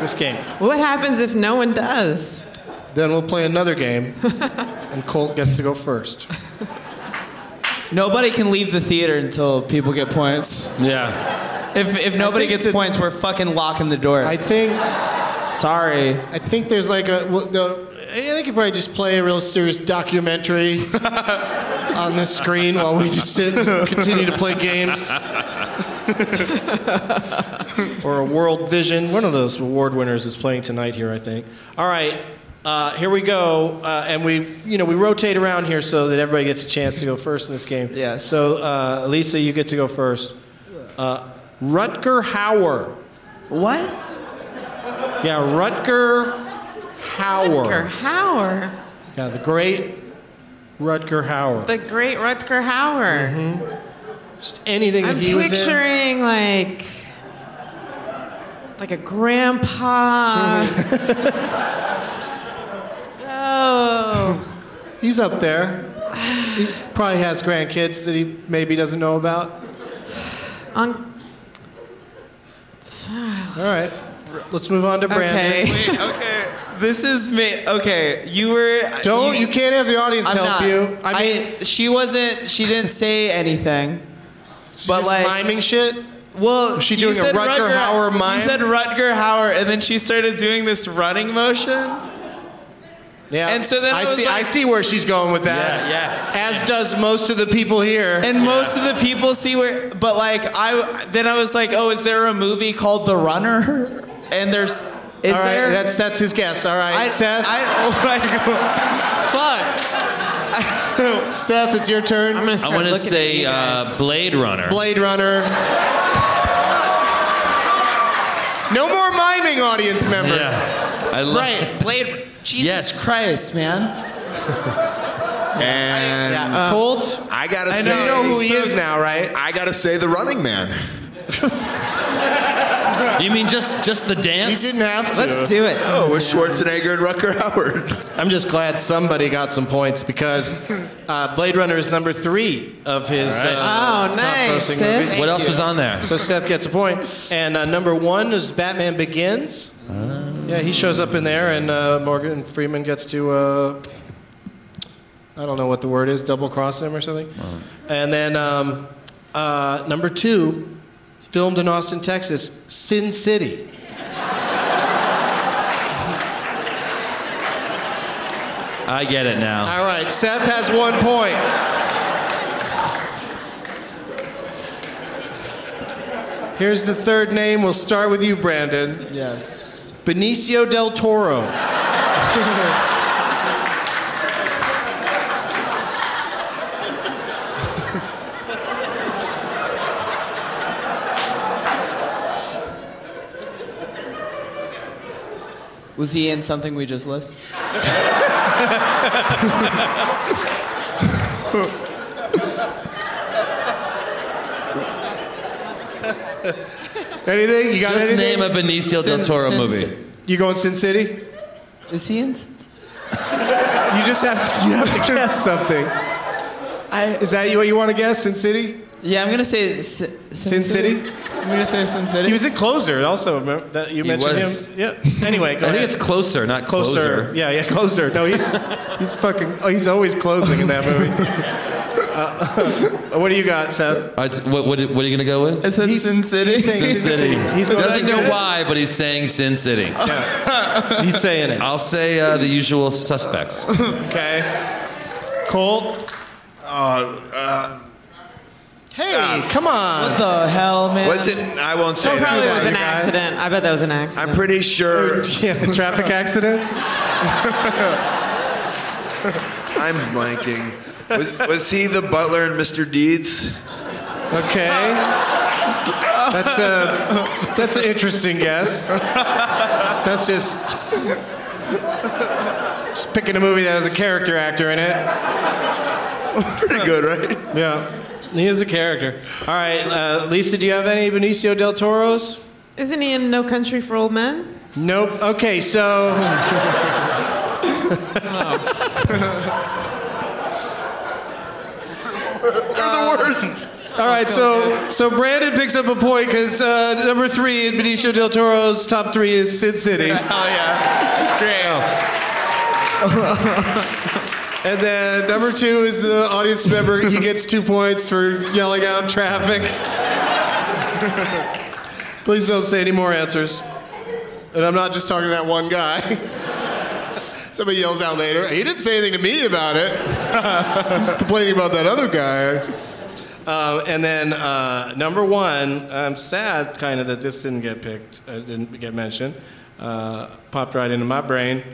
Speaker 2: this game.
Speaker 4: What happens if no one does?
Speaker 2: Then we'll play another game, and Colt gets to go first.
Speaker 5: Nobody can leave the theater until people get points.
Speaker 3: Yeah.
Speaker 5: If, if nobody gets points, we're fucking locking the doors. I
Speaker 2: think.
Speaker 5: Sorry.
Speaker 2: I think there's like a. Well, no, I think you probably just play a real serious documentary on this screen while we just sit and continue to play games. or a World Vision. One of those award winners is playing tonight here, I think. All right, uh, here we go, uh, and we you know we rotate around here so that everybody gets a chance to go first in this game. Yeah. So uh, Lisa, you get to go first. Uh, Rutger Hauer.
Speaker 5: What?
Speaker 2: Yeah, Rutger Hauer.
Speaker 4: Rutger Hauer.
Speaker 2: Yeah, the great Rutger Hauer.
Speaker 4: The great Rutger Hauer.
Speaker 2: Just anything that
Speaker 4: I'm
Speaker 2: Mm-hmm. he was in.
Speaker 4: picturing like like
Speaker 2: [laughs]
Speaker 4: a grandpa. oh,
Speaker 2: He's up there. He probably has grandkids that he maybe doesn't know about.
Speaker 4: on
Speaker 2: All right, let's move on to Brandon.
Speaker 4: Okay. Wait,
Speaker 5: okay. This is me. Okay, you were.
Speaker 2: Don't- you can't have the audience
Speaker 5: I'm
Speaker 2: help
Speaker 5: not.
Speaker 2: you.
Speaker 5: I mean, she wasn't. She didn't say anything. but
Speaker 2: just
Speaker 5: like
Speaker 2: miming shit.
Speaker 5: Well,
Speaker 2: Was she
Speaker 5: you
Speaker 2: doing a
Speaker 5: said
Speaker 2: Rutger Hauer mime?
Speaker 5: You said Rutger Hauer, and then she started doing this running motion.
Speaker 2: Yeah.
Speaker 5: And so then
Speaker 2: I
Speaker 5: I, was
Speaker 2: see.
Speaker 5: like-
Speaker 2: I see where she's going with that.
Speaker 3: Yeah,
Speaker 2: As does most of the people here.
Speaker 5: And most of the people see where, but like I, then I was like, oh, is there a movie called The Runner? And there's, is
Speaker 2: All right,
Speaker 5: there?
Speaker 2: that's that's his guess. All right,
Speaker 5: I,
Speaker 2: Seth.
Speaker 5: I, [laughs] oh my God.
Speaker 2: [laughs]
Speaker 5: fuck.
Speaker 2: Seth, it's your turn. I'm gonna
Speaker 3: I want to say uh, Blade Runner.
Speaker 2: Blade Runner. No more miming, audience members.
Speaker 3: Yeah. I love
Speaker 5: right, Blade. Jesus
Speaker 3: Yes.
Speaker 5: Christ, man.
Speaker 6: And
Speaker 2: Yeah, Uh, Colt.
Speaker 6: I gotta
Speaker 2: I
Speaker 6: say,
Speaker 2: know, you know who he is now, right?
Speaker 6: I gotta say, the Running Man.
Speaker 3: You mean just just the
Speaker 2: You
Speaker 3: dance?
Speaker 2: didn't have to.
Speaker 4: let's do it.
Speaker 6: Oh, with Schwarzenegger and Rutger Howard.
Speaker 2: I'm just glad somebody got some points because uh, Blade Runner is number three of his
Speaker 3: All right.
Speaker 2: uh,
Speaker 4: Oh,
Speaker 2: top
Speaker 4: nice,
Speaker 2: grossing
Speaker 4: Seth.
Speaker 2: movies.
Speaker 3: What else was on there?
Speaker 2: So Seth gets a point. And uh, number one is Batman Begins. Yeah, he shows up in there, and uh, Morgan Freeman gets to, uh, I don't know what the word is, double cross him or something. And then um, uh, number two, filmed in Austin, Texas, Sin City.
Speaker 3: I get it now.
Speaker 2: All right, Seth has one point. Here's the third name. We'll start with you, Brandon.
Speaker 5: Yes.
Speaker 2: Benicio del Toro.
Speaker 5: Was he in something we just listed?
Speaker 2: Anything? You got
Speaker 3: Just
Speaker 2: anything?
Speaker 3: name a Benicio del
Speaker 5: Sin-
Speaker 3: Toro
Speaker 5: Sin-
Speaker 3: movie.
Speaker 2: you going Sin City?
Speaker 5: Is he in?
Speaker 2: You just have to. You have to guess something.
Speaker 5: I.
Speaker 2: Is that what you want to guess? Sin City.
Speaker 5: Yeah, I'm gonna say Sin,
Speaker 2: Sin City?
Speaker 5: I'm gonna say Sin City.
Speaker 2: He was a closer. Also, remember that you
Speaker 3: He
Speaker 2: mentioned
Speaker 3: was.
Speaker 2: him. Yeah. Anyway, go
Speaker 3: I think
Speaker 2: ahead.
Speaker 3: it's closer, not
Speaker 2: closer.
Speaker 3: closer.
Speaker 2: Yeah, yeah, closer. No, he's he's fucking. Oh, he's always closing in that
Speaker 3: [laughs]
Speaker 2: movie. Uh, [laughs] what do you got, Seth?
Speaker 3: Uh, it's- what, what, what are you gonna go with?
Speaker 5: I said Sin City.
Speaker 3: Sin City.
Speaker 2: He's
Speaker 3: doesn't know why, but he's saying Sin City.
Speaker 2: He's saying it.
Speaker 3: I'll say uh, the usual suspects.
Speaker 2: Okay. Colt.
Speaker 6: Uh,
Speaker 2: Hey, come on.
Speaker 5: What the hell,
Speaker 6: uh,
Speaker 2: [laughs]
Speaker 5: man?
Speaker 6: was it? I won't say
Speaker 2: Don't
Speaker 4: Probably
Speaker 2: Yeah,
Speaker 6: that.
Speaker 4: was
Speaker 2: you
Speaker 4: an
Speaker 2: guys.
Speaker 4: accident. I bet that was an accident.
Speaker 6: I'm pretty sure
Speaker 2: [laughs] Yeah, the traffic accident.
Speaker 6: I'm blanking. Was, was he the butler in Mr. Deeds?
Speaker 2: Okay. That's a that's an interesting guess. That's just just picking a movie that has a character actor in it.
Speaker 6: Pretty good, right?
Speaker 2: Yeah, he is a character. All right, uh, Lisa, do you have any Benicio del Toro's?
Speaker 4: Isn't he in No Country for Old Men?
Speaker 2: Nope. Okay, so.
Speaker 6: They're the worst.
Speaker 2: All right, so so Brandon picks up a point because uh, number three Oh, in Benicio del Toro's top three is Sin City.
Speaker 5: Hell yeah. Great.
Speaker 2: And then number two is the audience member. He gets two points for yelling out traffic. [laughs] Please don't say any more answers. And I'm not just talking to that one guy. [laughs] Somebody yells out later, he didn't say anything to me about it. [laughs] I'm just complaining about that other guy. Uh, and then uh, number one, I'm sad kind of that this didn't get picked, uh, didn't get mentioned. Uh, popped right into my brain.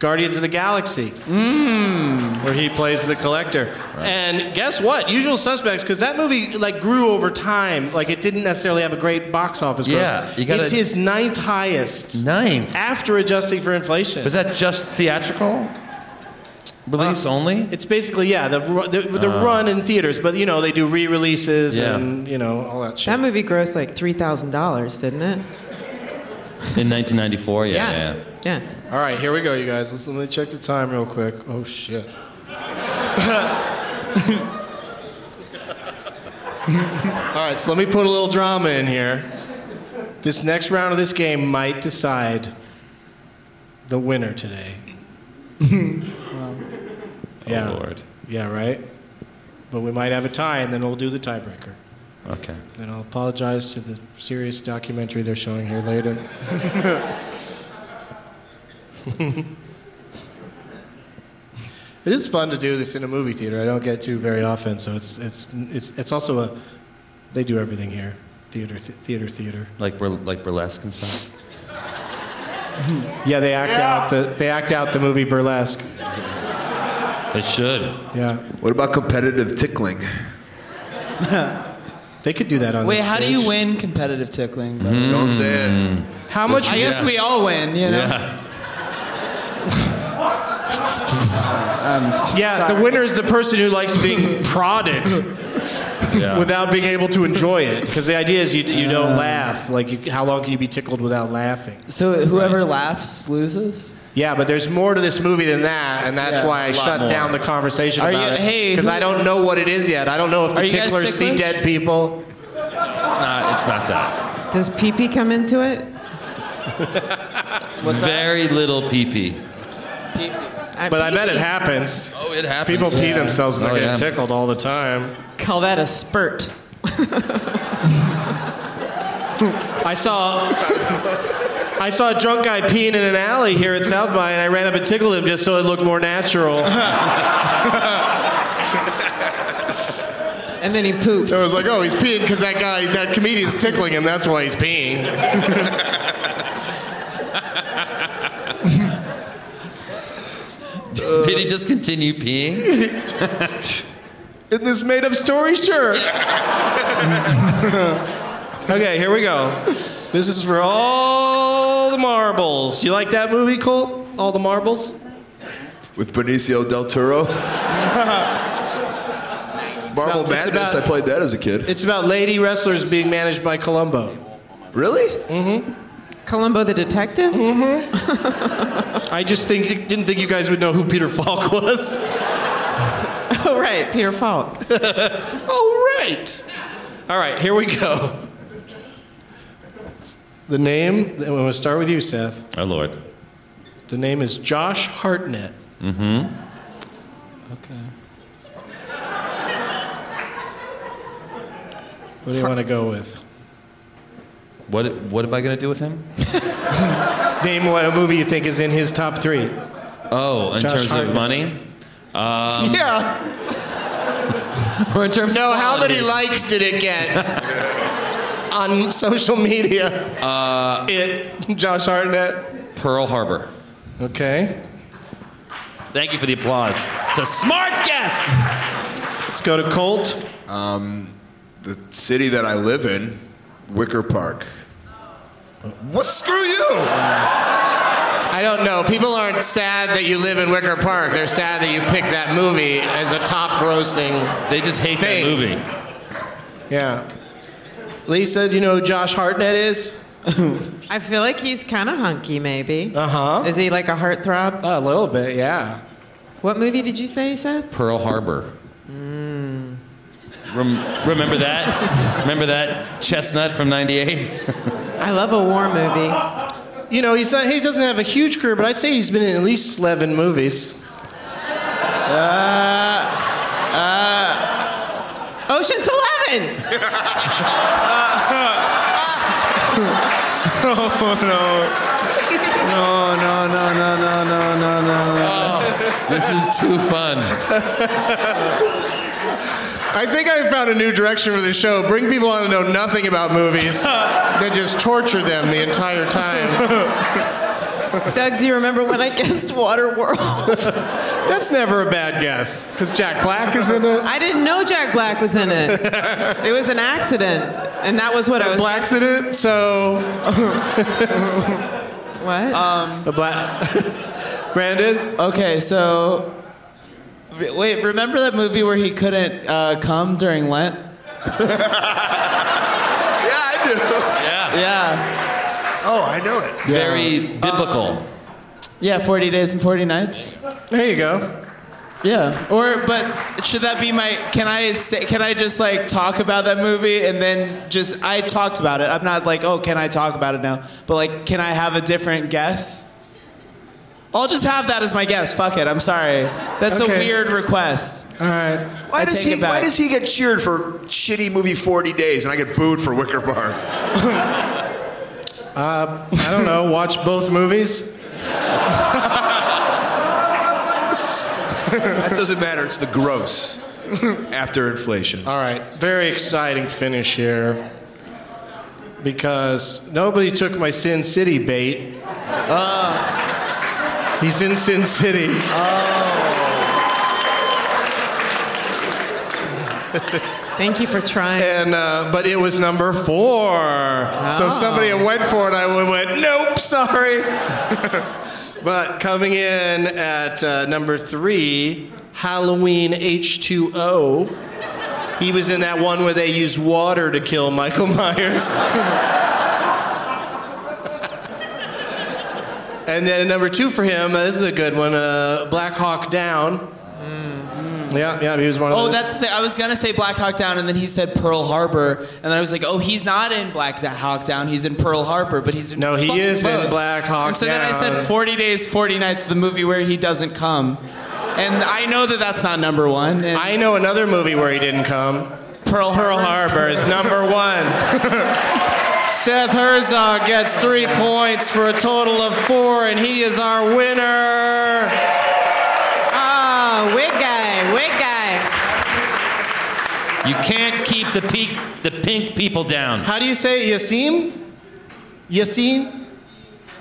Speaker 2: Guardians of the Galaxy,
Speaker 3: Hmm.
Speaker 2: where he plays the collector. And guess what? Usual Suspects, because that movie like grew over time. Like it didn't necessarily have a great box office. gross.
Speaker 3: Yeah, you gotta-
Speaker 2: it's his ninth highest
Speaker 3: Nine.
Speaker 2: after adjusting for inflation.
Speaker 3: Was that just theatrical release only?
Speaker 2: It's basically yeah, the ru- the, the run in theaters, but you know they do re-releases
Speaker 3: Oh. Yeah.
Speaker 2: and you know all that shit.
Speaker 11: That movie grossed like three thousand dollars, didn't it?
Speaker 3: In 1994, yeah, yeah. yeah.
Speaker 11: Yeah.
Speaker 2: all right, here we go, you guys. Let's let me check the time real quick. Oh shit. all right, so let me put a little drama in here. This next round of this game might decide the
Speaker 3: [laughs]
Speaker 2: winner today. yeah.
Speaker 3: Oh, Lord.
Speaker 2: Yeah, right? But we might have a tie, and then we'll do the tiebreaker.
Speaker 3: Okay.
Speaker 2: And I'll apologize to the serious documentary they're showing here later. [laughs] it is fun to do this in a movie theater. I don't get to very often, so it's, it's, it's, it's also a. They do everything here theater, th- theater, theater.
Speaker 3: Like, bur- like burlesque and stuff?
Speaker 2: Yeah, they act, Out the, they act out the movie Burlesque.
Speaker 3: They should.
Speaker 2: Yeah.
Speaker 6: What about competitive tickling?
Speaker 2: They could do that on
Speaker 5: Wait,
Speaker 2: this
Speaker 5: how do you
Speaker 2: stage.
Speaker 5: win competitive tickling? by the
Speaker 3: Mm-hmm.
Speaker 5: way?
Speaker 6: Don't say it.
Speaker 2: How much?
Speaker 5: I guess we all win, you know?
Speaker 3: Yeah.
Speaker 2: Yeah, the winner is the person who likes
Speaker 5: [laughs]
Speaker 2: being prodded
Speaker 3: Yeah.
Speaker 2: without being able to enjoy it. Because the idea is you, you don't laugh. Like, you, how long can you be tickled without laughing?
Speaker 5: So whoever laughs loses?
Speaker 2: Yeah, but there's more to this movie than that, and that's
Speaker 5: Yeah,
Speaker 2: why I
Speaker 5: a lot
Speaker 2: shut
Speaker 5: more.
Speaker 2: down the conversation
Speaker 5: Are
Speaker 2: about
Speaker 5: you-
Speaker 2: it.
Speaker 5: hey,
Speaker 2: because
Speaker 5: who-
Speaker 2: I don't know what it is yet. I don't know if the
Speaker 5: Are you guys
Speaker 2: ticklers see
Speaker 5: ticklers?
Speaker 2: dead people.
Speaker 3: It's not, it's not that.
Speaker 11: Does pee pee come into it?
Speaker 3: Very little pee pee.
Speaker 11: Uh,
Speaker 2: But I bet it happens.
Speaker 3: Oh, it happens.
Speaker 2: People pee themselves when
Speaker 3: Oh,
Speaker 2: they're
Speaker 3: yeah.
Speaker 2: getting tickled all the time.
Speaker 11: Call that a spurt.
Speaker 2: I saw I saw a drunk guy peeing in an alley here at South by, and I ran up and tickled him just so it looked more natural.
Speaker 11: And then he poops.
Speaker 2: I was like, oh, he's peeing because that guy, that comedian's tickling him. That's why he's peeing.
Speaker 3: Did he just continue peeing?
Speaker 2: In this made up story, sure. okay, here we go. This is for all the marbles. Do you like that movie, Colt? All the marbles?
Speaker 5: Mm.
Speaker 6: With Benicio
Speaker 5: [laughs]
Speaker 6: del Toro?
Speaker 2: It's about-
Speaker 6: Marble
Speaker 2: it's
Speaker 6: Madness,
Speaker 2: about-
Speaker 6: I played that as a kid.
Speaker 2: It's about lady wrestlers being managed by Columbo.
Speaker 6: really?
Speaker 5: Mm.
Speaker 11: Columbo the detective?
Speaker 2: Mm-hmm. I just think didn't think you guys would know who Peter Falk [laughs] was.
Speaker 11: [laughs] Oh right, Peter Falk.
Speaker 2: Oh, right. All right, here we go. The name, I'm going to start with you, Seth.
Speaker 3: Oh, Lord.
Speaker 2: The name is Josh Hartnett.
Speaker 3: Mm-hmm.
Speaker 5: Okay.
Speaker 2: What do you want to go with?
Speaker 3: What, what am I going to do with him?
Speaker 2: Name what a movie you think is in his top three.
Speaker 3: Oh, in
Speaker 2: Josh
Speaker 3: terms
Speaker 2: Hartnett.
Speaker 3: of money?
Speaker 2: yeah.
Speaker 3: Um, Or in terms
Speaker 2: No,
Speaker 3: of
Speaker 2: how
Speaker 3: quality?
Speaker 2: many likes did it get on social media? Uh, it, Josh Hartnett.
Speaker 3: Pearl Harbor.
Speaker 2: Okay.
Speaker 3: Thank you for the applause. It's a smart guess.
Speaker 2: Let's go to Colt.
Speaker 6: The city that I live in, Wicker Park. What? Screw you!
Speaker 2: I don't know. People aren't sad that you live in Wicker Park. They're sad that you picked that movie as a top grossing.
Speaker 3: They just hate
Speaker 2: Thing.
Speaker 3: that movie.
Speaker 2: Yeah. Lisa, do you know who Josh Hartnett is?
Speaker 11: I feel like he's kind of hunky, maybe.
Speaker 2: Uh huh.
Speaker 11: Is he like a heartthrob?
Speaker 2: A little bit, yeah.
Speaker 11: What movie did you say, Seth?
Speaker 3: Pearl Harbor. Rem- remember that? remember that chestnut from '98?
Speaker 11: I love a war movie.
Speaker 2: you know, he's not, he doesn't have a huge career, but I'd say he's been in at least 11 movies.
Speaker 11: Ocean's Eleven.
Speaker 1: oh no. No, no, no, no, no, no, no, no, no.
Speaker 3: This is too fun.
Speaker 2: I think I found a new direction for the show. Bring people on who know nothing about [laughs] movies, then just torture them the entire [laughs] time.
Speaker 11: Doug, do you remember when I [laughs] guessed Waterworld?
Speaker 2: That's never a bad guess, because Jack Black is in it.
Speaker 11: I didn't know Jack Black was in
Speaker 2: [laughs]
Speaker 11: it. It was an accident, and that was what I was.
Speaker 2: Blacksident, so.
Speaker 11: what?
Speaker 5: Um,
Speaker 2: the black. [laughs] Brandon?
Speaker 5: Okay, so. Wait, remember that movie where he couldn't uh, come during Lent?
Speaker 6: I do.
Speaker 3: Yeah.
Speaker 5: Yeah.
Speaker 6: [laughs]
Speaker 5: Uh,
Speaker 6: Oh, I know it.
Speaker 3: Very biblical.
Speaker 5: Yeah, 40 days and 40 nights.
Speaker 2: There you go.
Speaker 5: Yeah. Or, but should that be my? Can I say? Can I just like talk about that movie and then just I talked about it. I'm not like, oh, can I talk about it now? But like, can I have a different guess? I'll just have that as my guess. Fuck it. I'm sorry. That's
Speaker 2: Okay.
Speaker 5: a weird request.
Speaker 2: All right.
Speaker 6: Why
Speaker 5: I
Speaker 6: does
Speaker 5: take
Speaker 6: he?
Speaker 5: it back.
Speaker 6: Why does he get cheered for shitty movie Forty Days, and I get booed for Wicker Bar?
Speaker 2: Uh, I don't
Speaker 11: [laughs]
Speaker 2: know. Watch both movies.
Speaker 6: that doesn't matter. It's
Speaker 5: [laughs]
Speaker 6: the gross after inflation.
Speaker 2: All right, very exciting finish here because nobody took my Sin City bait.
Speaker 11: Uh.
Speaker 2: He's in Sin City.
Speaker 11: Thank you for trying.
Speaker 2: And, uh, but it was number four. So if somebody had went for it, I would went, nope, sorry. [laughs] but coming in at uh, number three, Halloween H2O. He was in that one where they used water to kill Michael Myers. [laughs] and then number two for him, uh, this is a good one, uh, Black Hawk Down. Yeah, yeah, he was one of
Speaker 5: Oh,
Speaker 2: the-
Speaker 5: that's the. I was gonna say Black Hawk Down, and then he said Pearl Harbor, and then I was like, oh, he's not in Black Hawk Down. He's in Pearl Harbor, but he's in
Speaker 2: No, he
Speaker 5: fucking
Speaker 2: is in
Speaker 5: both.
Speaker 2: Black Hawk
Speaker 5: And so then I
Speaker 2: Down.
Speaker 5: said Forty Days, Forty Nights, the movie where he doesn't come, and I know that that's not number one. And
Speaker 2: I know another movie where he didn't come.
Speaker 5: Pearl
Speaker 2: Pearl Harbor is number one. [laughs] Seth Herzog gets three points for a total of four, and he is our winner.
Speaker 11: Ah, wig guy, wig guy.
Speaker 3: You can't keep the peak, the pink people down.
Speaker 2: How do you say it? Yasim? Yasim?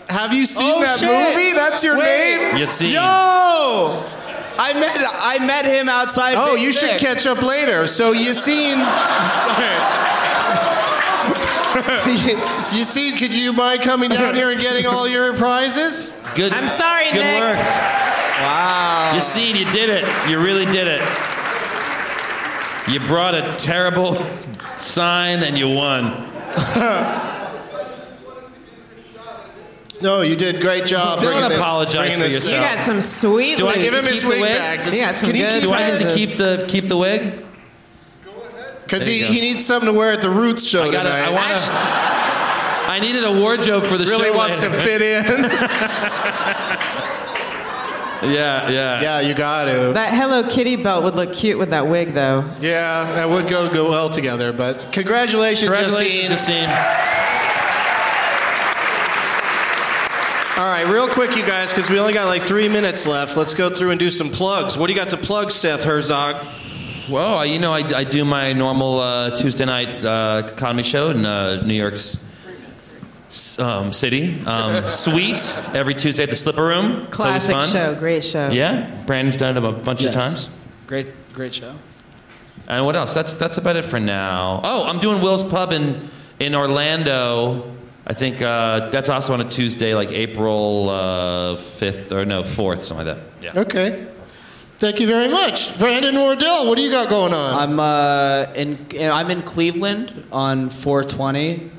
Speaker 2: Have you seen
Speaker 5: Oh,
Speaker 2: that
Speaker 5: shit.
Speaker 2: movie? That's your
Speaker 5: Wait.
Speaker 2: name?
Speaker 3: You see?
Speaker 5: Yo, I met I met him outside.
Speaker 2: Oh,
Speaker 5: Big
Speaker 2: you should
Speaker 5: Six.
Speaker 2: catch up later. So Yasin.
Speaker 5: [laughs]
Speaker 2: [laughs] Yasin, could you mind coming down here and getting all your prizes?
Speaker 3: Good.
Speaker 11: I'm sorry,
Speaker 3: Good
Speaker 11: Nick.
Speaker 3: work.
Speaker 5: Wow.
Speaker 3: You seen, you did it. You really did it. You brought a terrible sign and you won.
Speaker 2: No, you did great job.
Speaker 3: Don't
Speaker 2: bringing this-
Speaker 3: apologize
Speaker 2: bringing
Speaker 3: for
Speaker 2: this
Speaker 3: yourself.
Speaker 11: You
Speaker 2: up.
Speaker 11: got some sweet.
Speaker 3: Do I
Speaker 11: leads.
Speaker 3: give him
Speaker 2: his
Speaker 11: Keep the
Speaker 2: wig
Speaker 11: wig?
Speaker 2: back? Does-
Speaker 11: You got some
Speaker 2: can he
Speaker 11: good
Speaker 2: keep-
Speaker 3: Do I get to
Speaker 11: prizes.
Speaker 3: keep the keep the wig?
Speaker 2: Because
Speaker 3: There
Speaker 2: he,
Speaker 3: you
Speaker 2: he
Speaker 3: go.
Speaker 2: needs something to wear at the Roots show
Speaker 3: I got. I
Speaker 2: tonight.
Speaker 3: want. I needed a wardrobe for the show.
Speaker 2: really wants
Speaker 3: later.
Speaker 2: to fit in.
Speaker 3: [laughs] Yeah, yeah.
Speaker 2: yeah, you got to.
Speaker 11: That Hello Kitty belt would look cute with that wig, though.
Speaker 2: yeah, that would go go well together. But congratulations,
Speaker 3: Congratulations,
Speaker 2: Justine.
Speaker 3: Justine.
Speaker 2: All right, real quick, you guys, because we only got like three minutes left. Let's go through and do some plugs. What do you got to plug, Seth Herzog?
Speaker 3: Well, I- you know, I, I do my normal uh, Tuesday night uh, comedy show in uh, New York's s- um, city. [laughs] Um, Sweet every Tuesday at the Slipper Room. it's
Speaker 11: Classic
Speaker 3: always fun.
Speaker 11: show, great show.
Speaker 3: Yeah, Brandon's done it a bunch
Speaker 5: Yes.
Speaker 3: of times.
Speaker 5: Great, great show.
Speaker 3: And what else? That's that's about it for now. Oh, I'm doing Will's Pub in in Orlando. I think uh, that's also on a Tuesday, like April uh, 5th or no 4th, something like that. Yeah.
Speaker 2: Okay. Thank you very much, Brandon Wardell. What do you got going on?
Speaker 5: I'm uh, in, in- I'm in Cleveland on 420.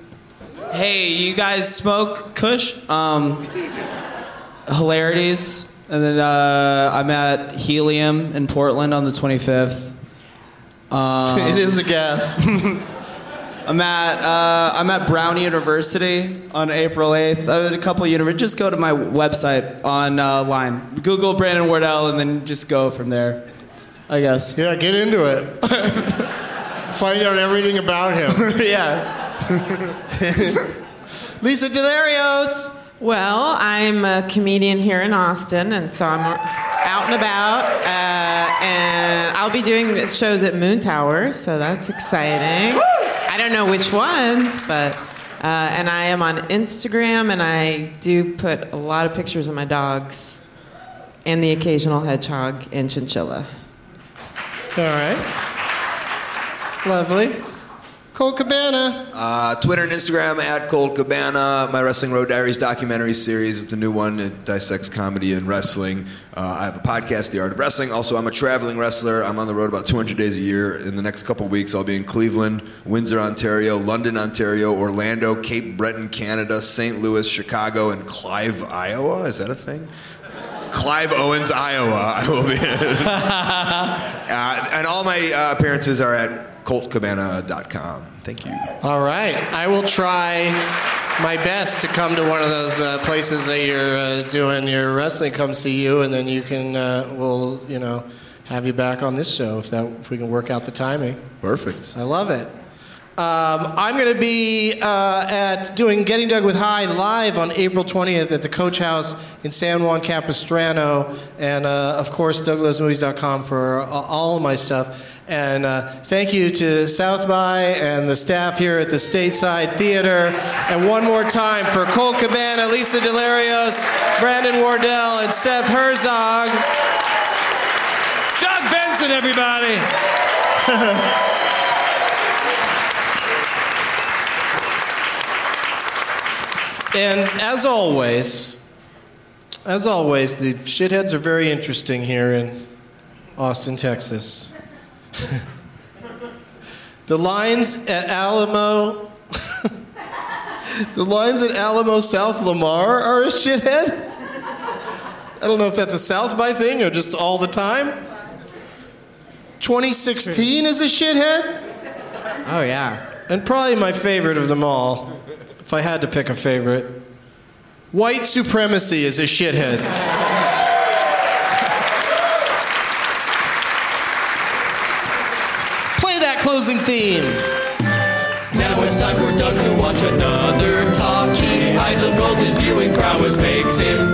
Speaker 5: Hey, you guys smoke Kush? Um, hilarities. And then uh, I'm at Helium
Speaker 2: [laughs]
Speaker 5: in Portland on the 25th. Um,
Speaker 2: it is a gas.
Speaker 5: I'm at uh, I'm at Brown University on April 8th. I'm at a couple universities. Just go to my website on uh, Lime. Google Brandon Wardell and then just go from there. I guess. [laughs]
Speaker 2: Yeah, get into it.
Speaker 3: [laughs]
Speaker 2: Find out everything about him.
Speaker 5: yeah.
Speaker 2: [laughs] Lisa Delarios.
Speaker 4: Well, I'm a comedian here in Austin, and so I'm out and about, uh, and I'll be doing shows at Moon Tower, so that's exciting. I don't know which ones, but uh, and I am on Instagram, and I do put a lot of pictures of my dogs, and the occasional hedgehog and chinchilla.
Speaker 2: All right. Lovely. Cole Cabana.
Speaker 6: Uh, Twitter and Instagram at Cold Cabana. My Wrestling Road Diaries documentary series, the new one, it dissects comedy and wrestling. Uh, I have a podcast, The Art of Wrestling. Also, I'm a traveling wrestler. I'm on the road about 200 days a year. In the next couple weeks, I'll be in Cleveland, Windsor, Ontario, London, Ontario, Orlando, Cape Breton, Canada, St. Louis, Chicago, and Clive, Iowa. Is that a thing? Clive Owens, Iowa. [laughs] I will be. uh, and all my uh, appearances are at coltcabana.com. Thank you.
Speaker 2: All right. I will try my best to come to one of those uh, places that you're uh, doing your wrestling. Come see you, and then you can uh, we'll you know have you back on this show if that if we can work out the timing.
Speaker 6: Perfect.
Speaker 2: I love it. Um, I'm going to be uh, at doing Getting Dug with High live on April 20th at the Coach House in San Juan Capistrano, and uh, of course DouglasMovies.com for uh, all of my stuff. And uh, thank you to South by and the staff here at the Stateside Theater. And one more time for Cole Cabana, Lisa Delarios, Brandon Wardell, and Seth Herzog.
Speaker 3: Doug Benson, everybody.
Speaker 2: And as always, as always, the shitheads are very interesting here in Austin, Texas. [laughs] the lines at Alamo, [laughs] the lines at Alamo South Lamar are a shithead. I don't know if that's a South by thing or just all the time. 2016 is a shithead.
Speaker 5: Oh yeah.
Speaker 2: And probably my favorite of them all, if I had to pick a favorite, white supremacy is a shithead. Play that closing theme.
Speaker 1: Now it's time for Doug to watch another talkie. Eyes of gold, his viewing prowess makes him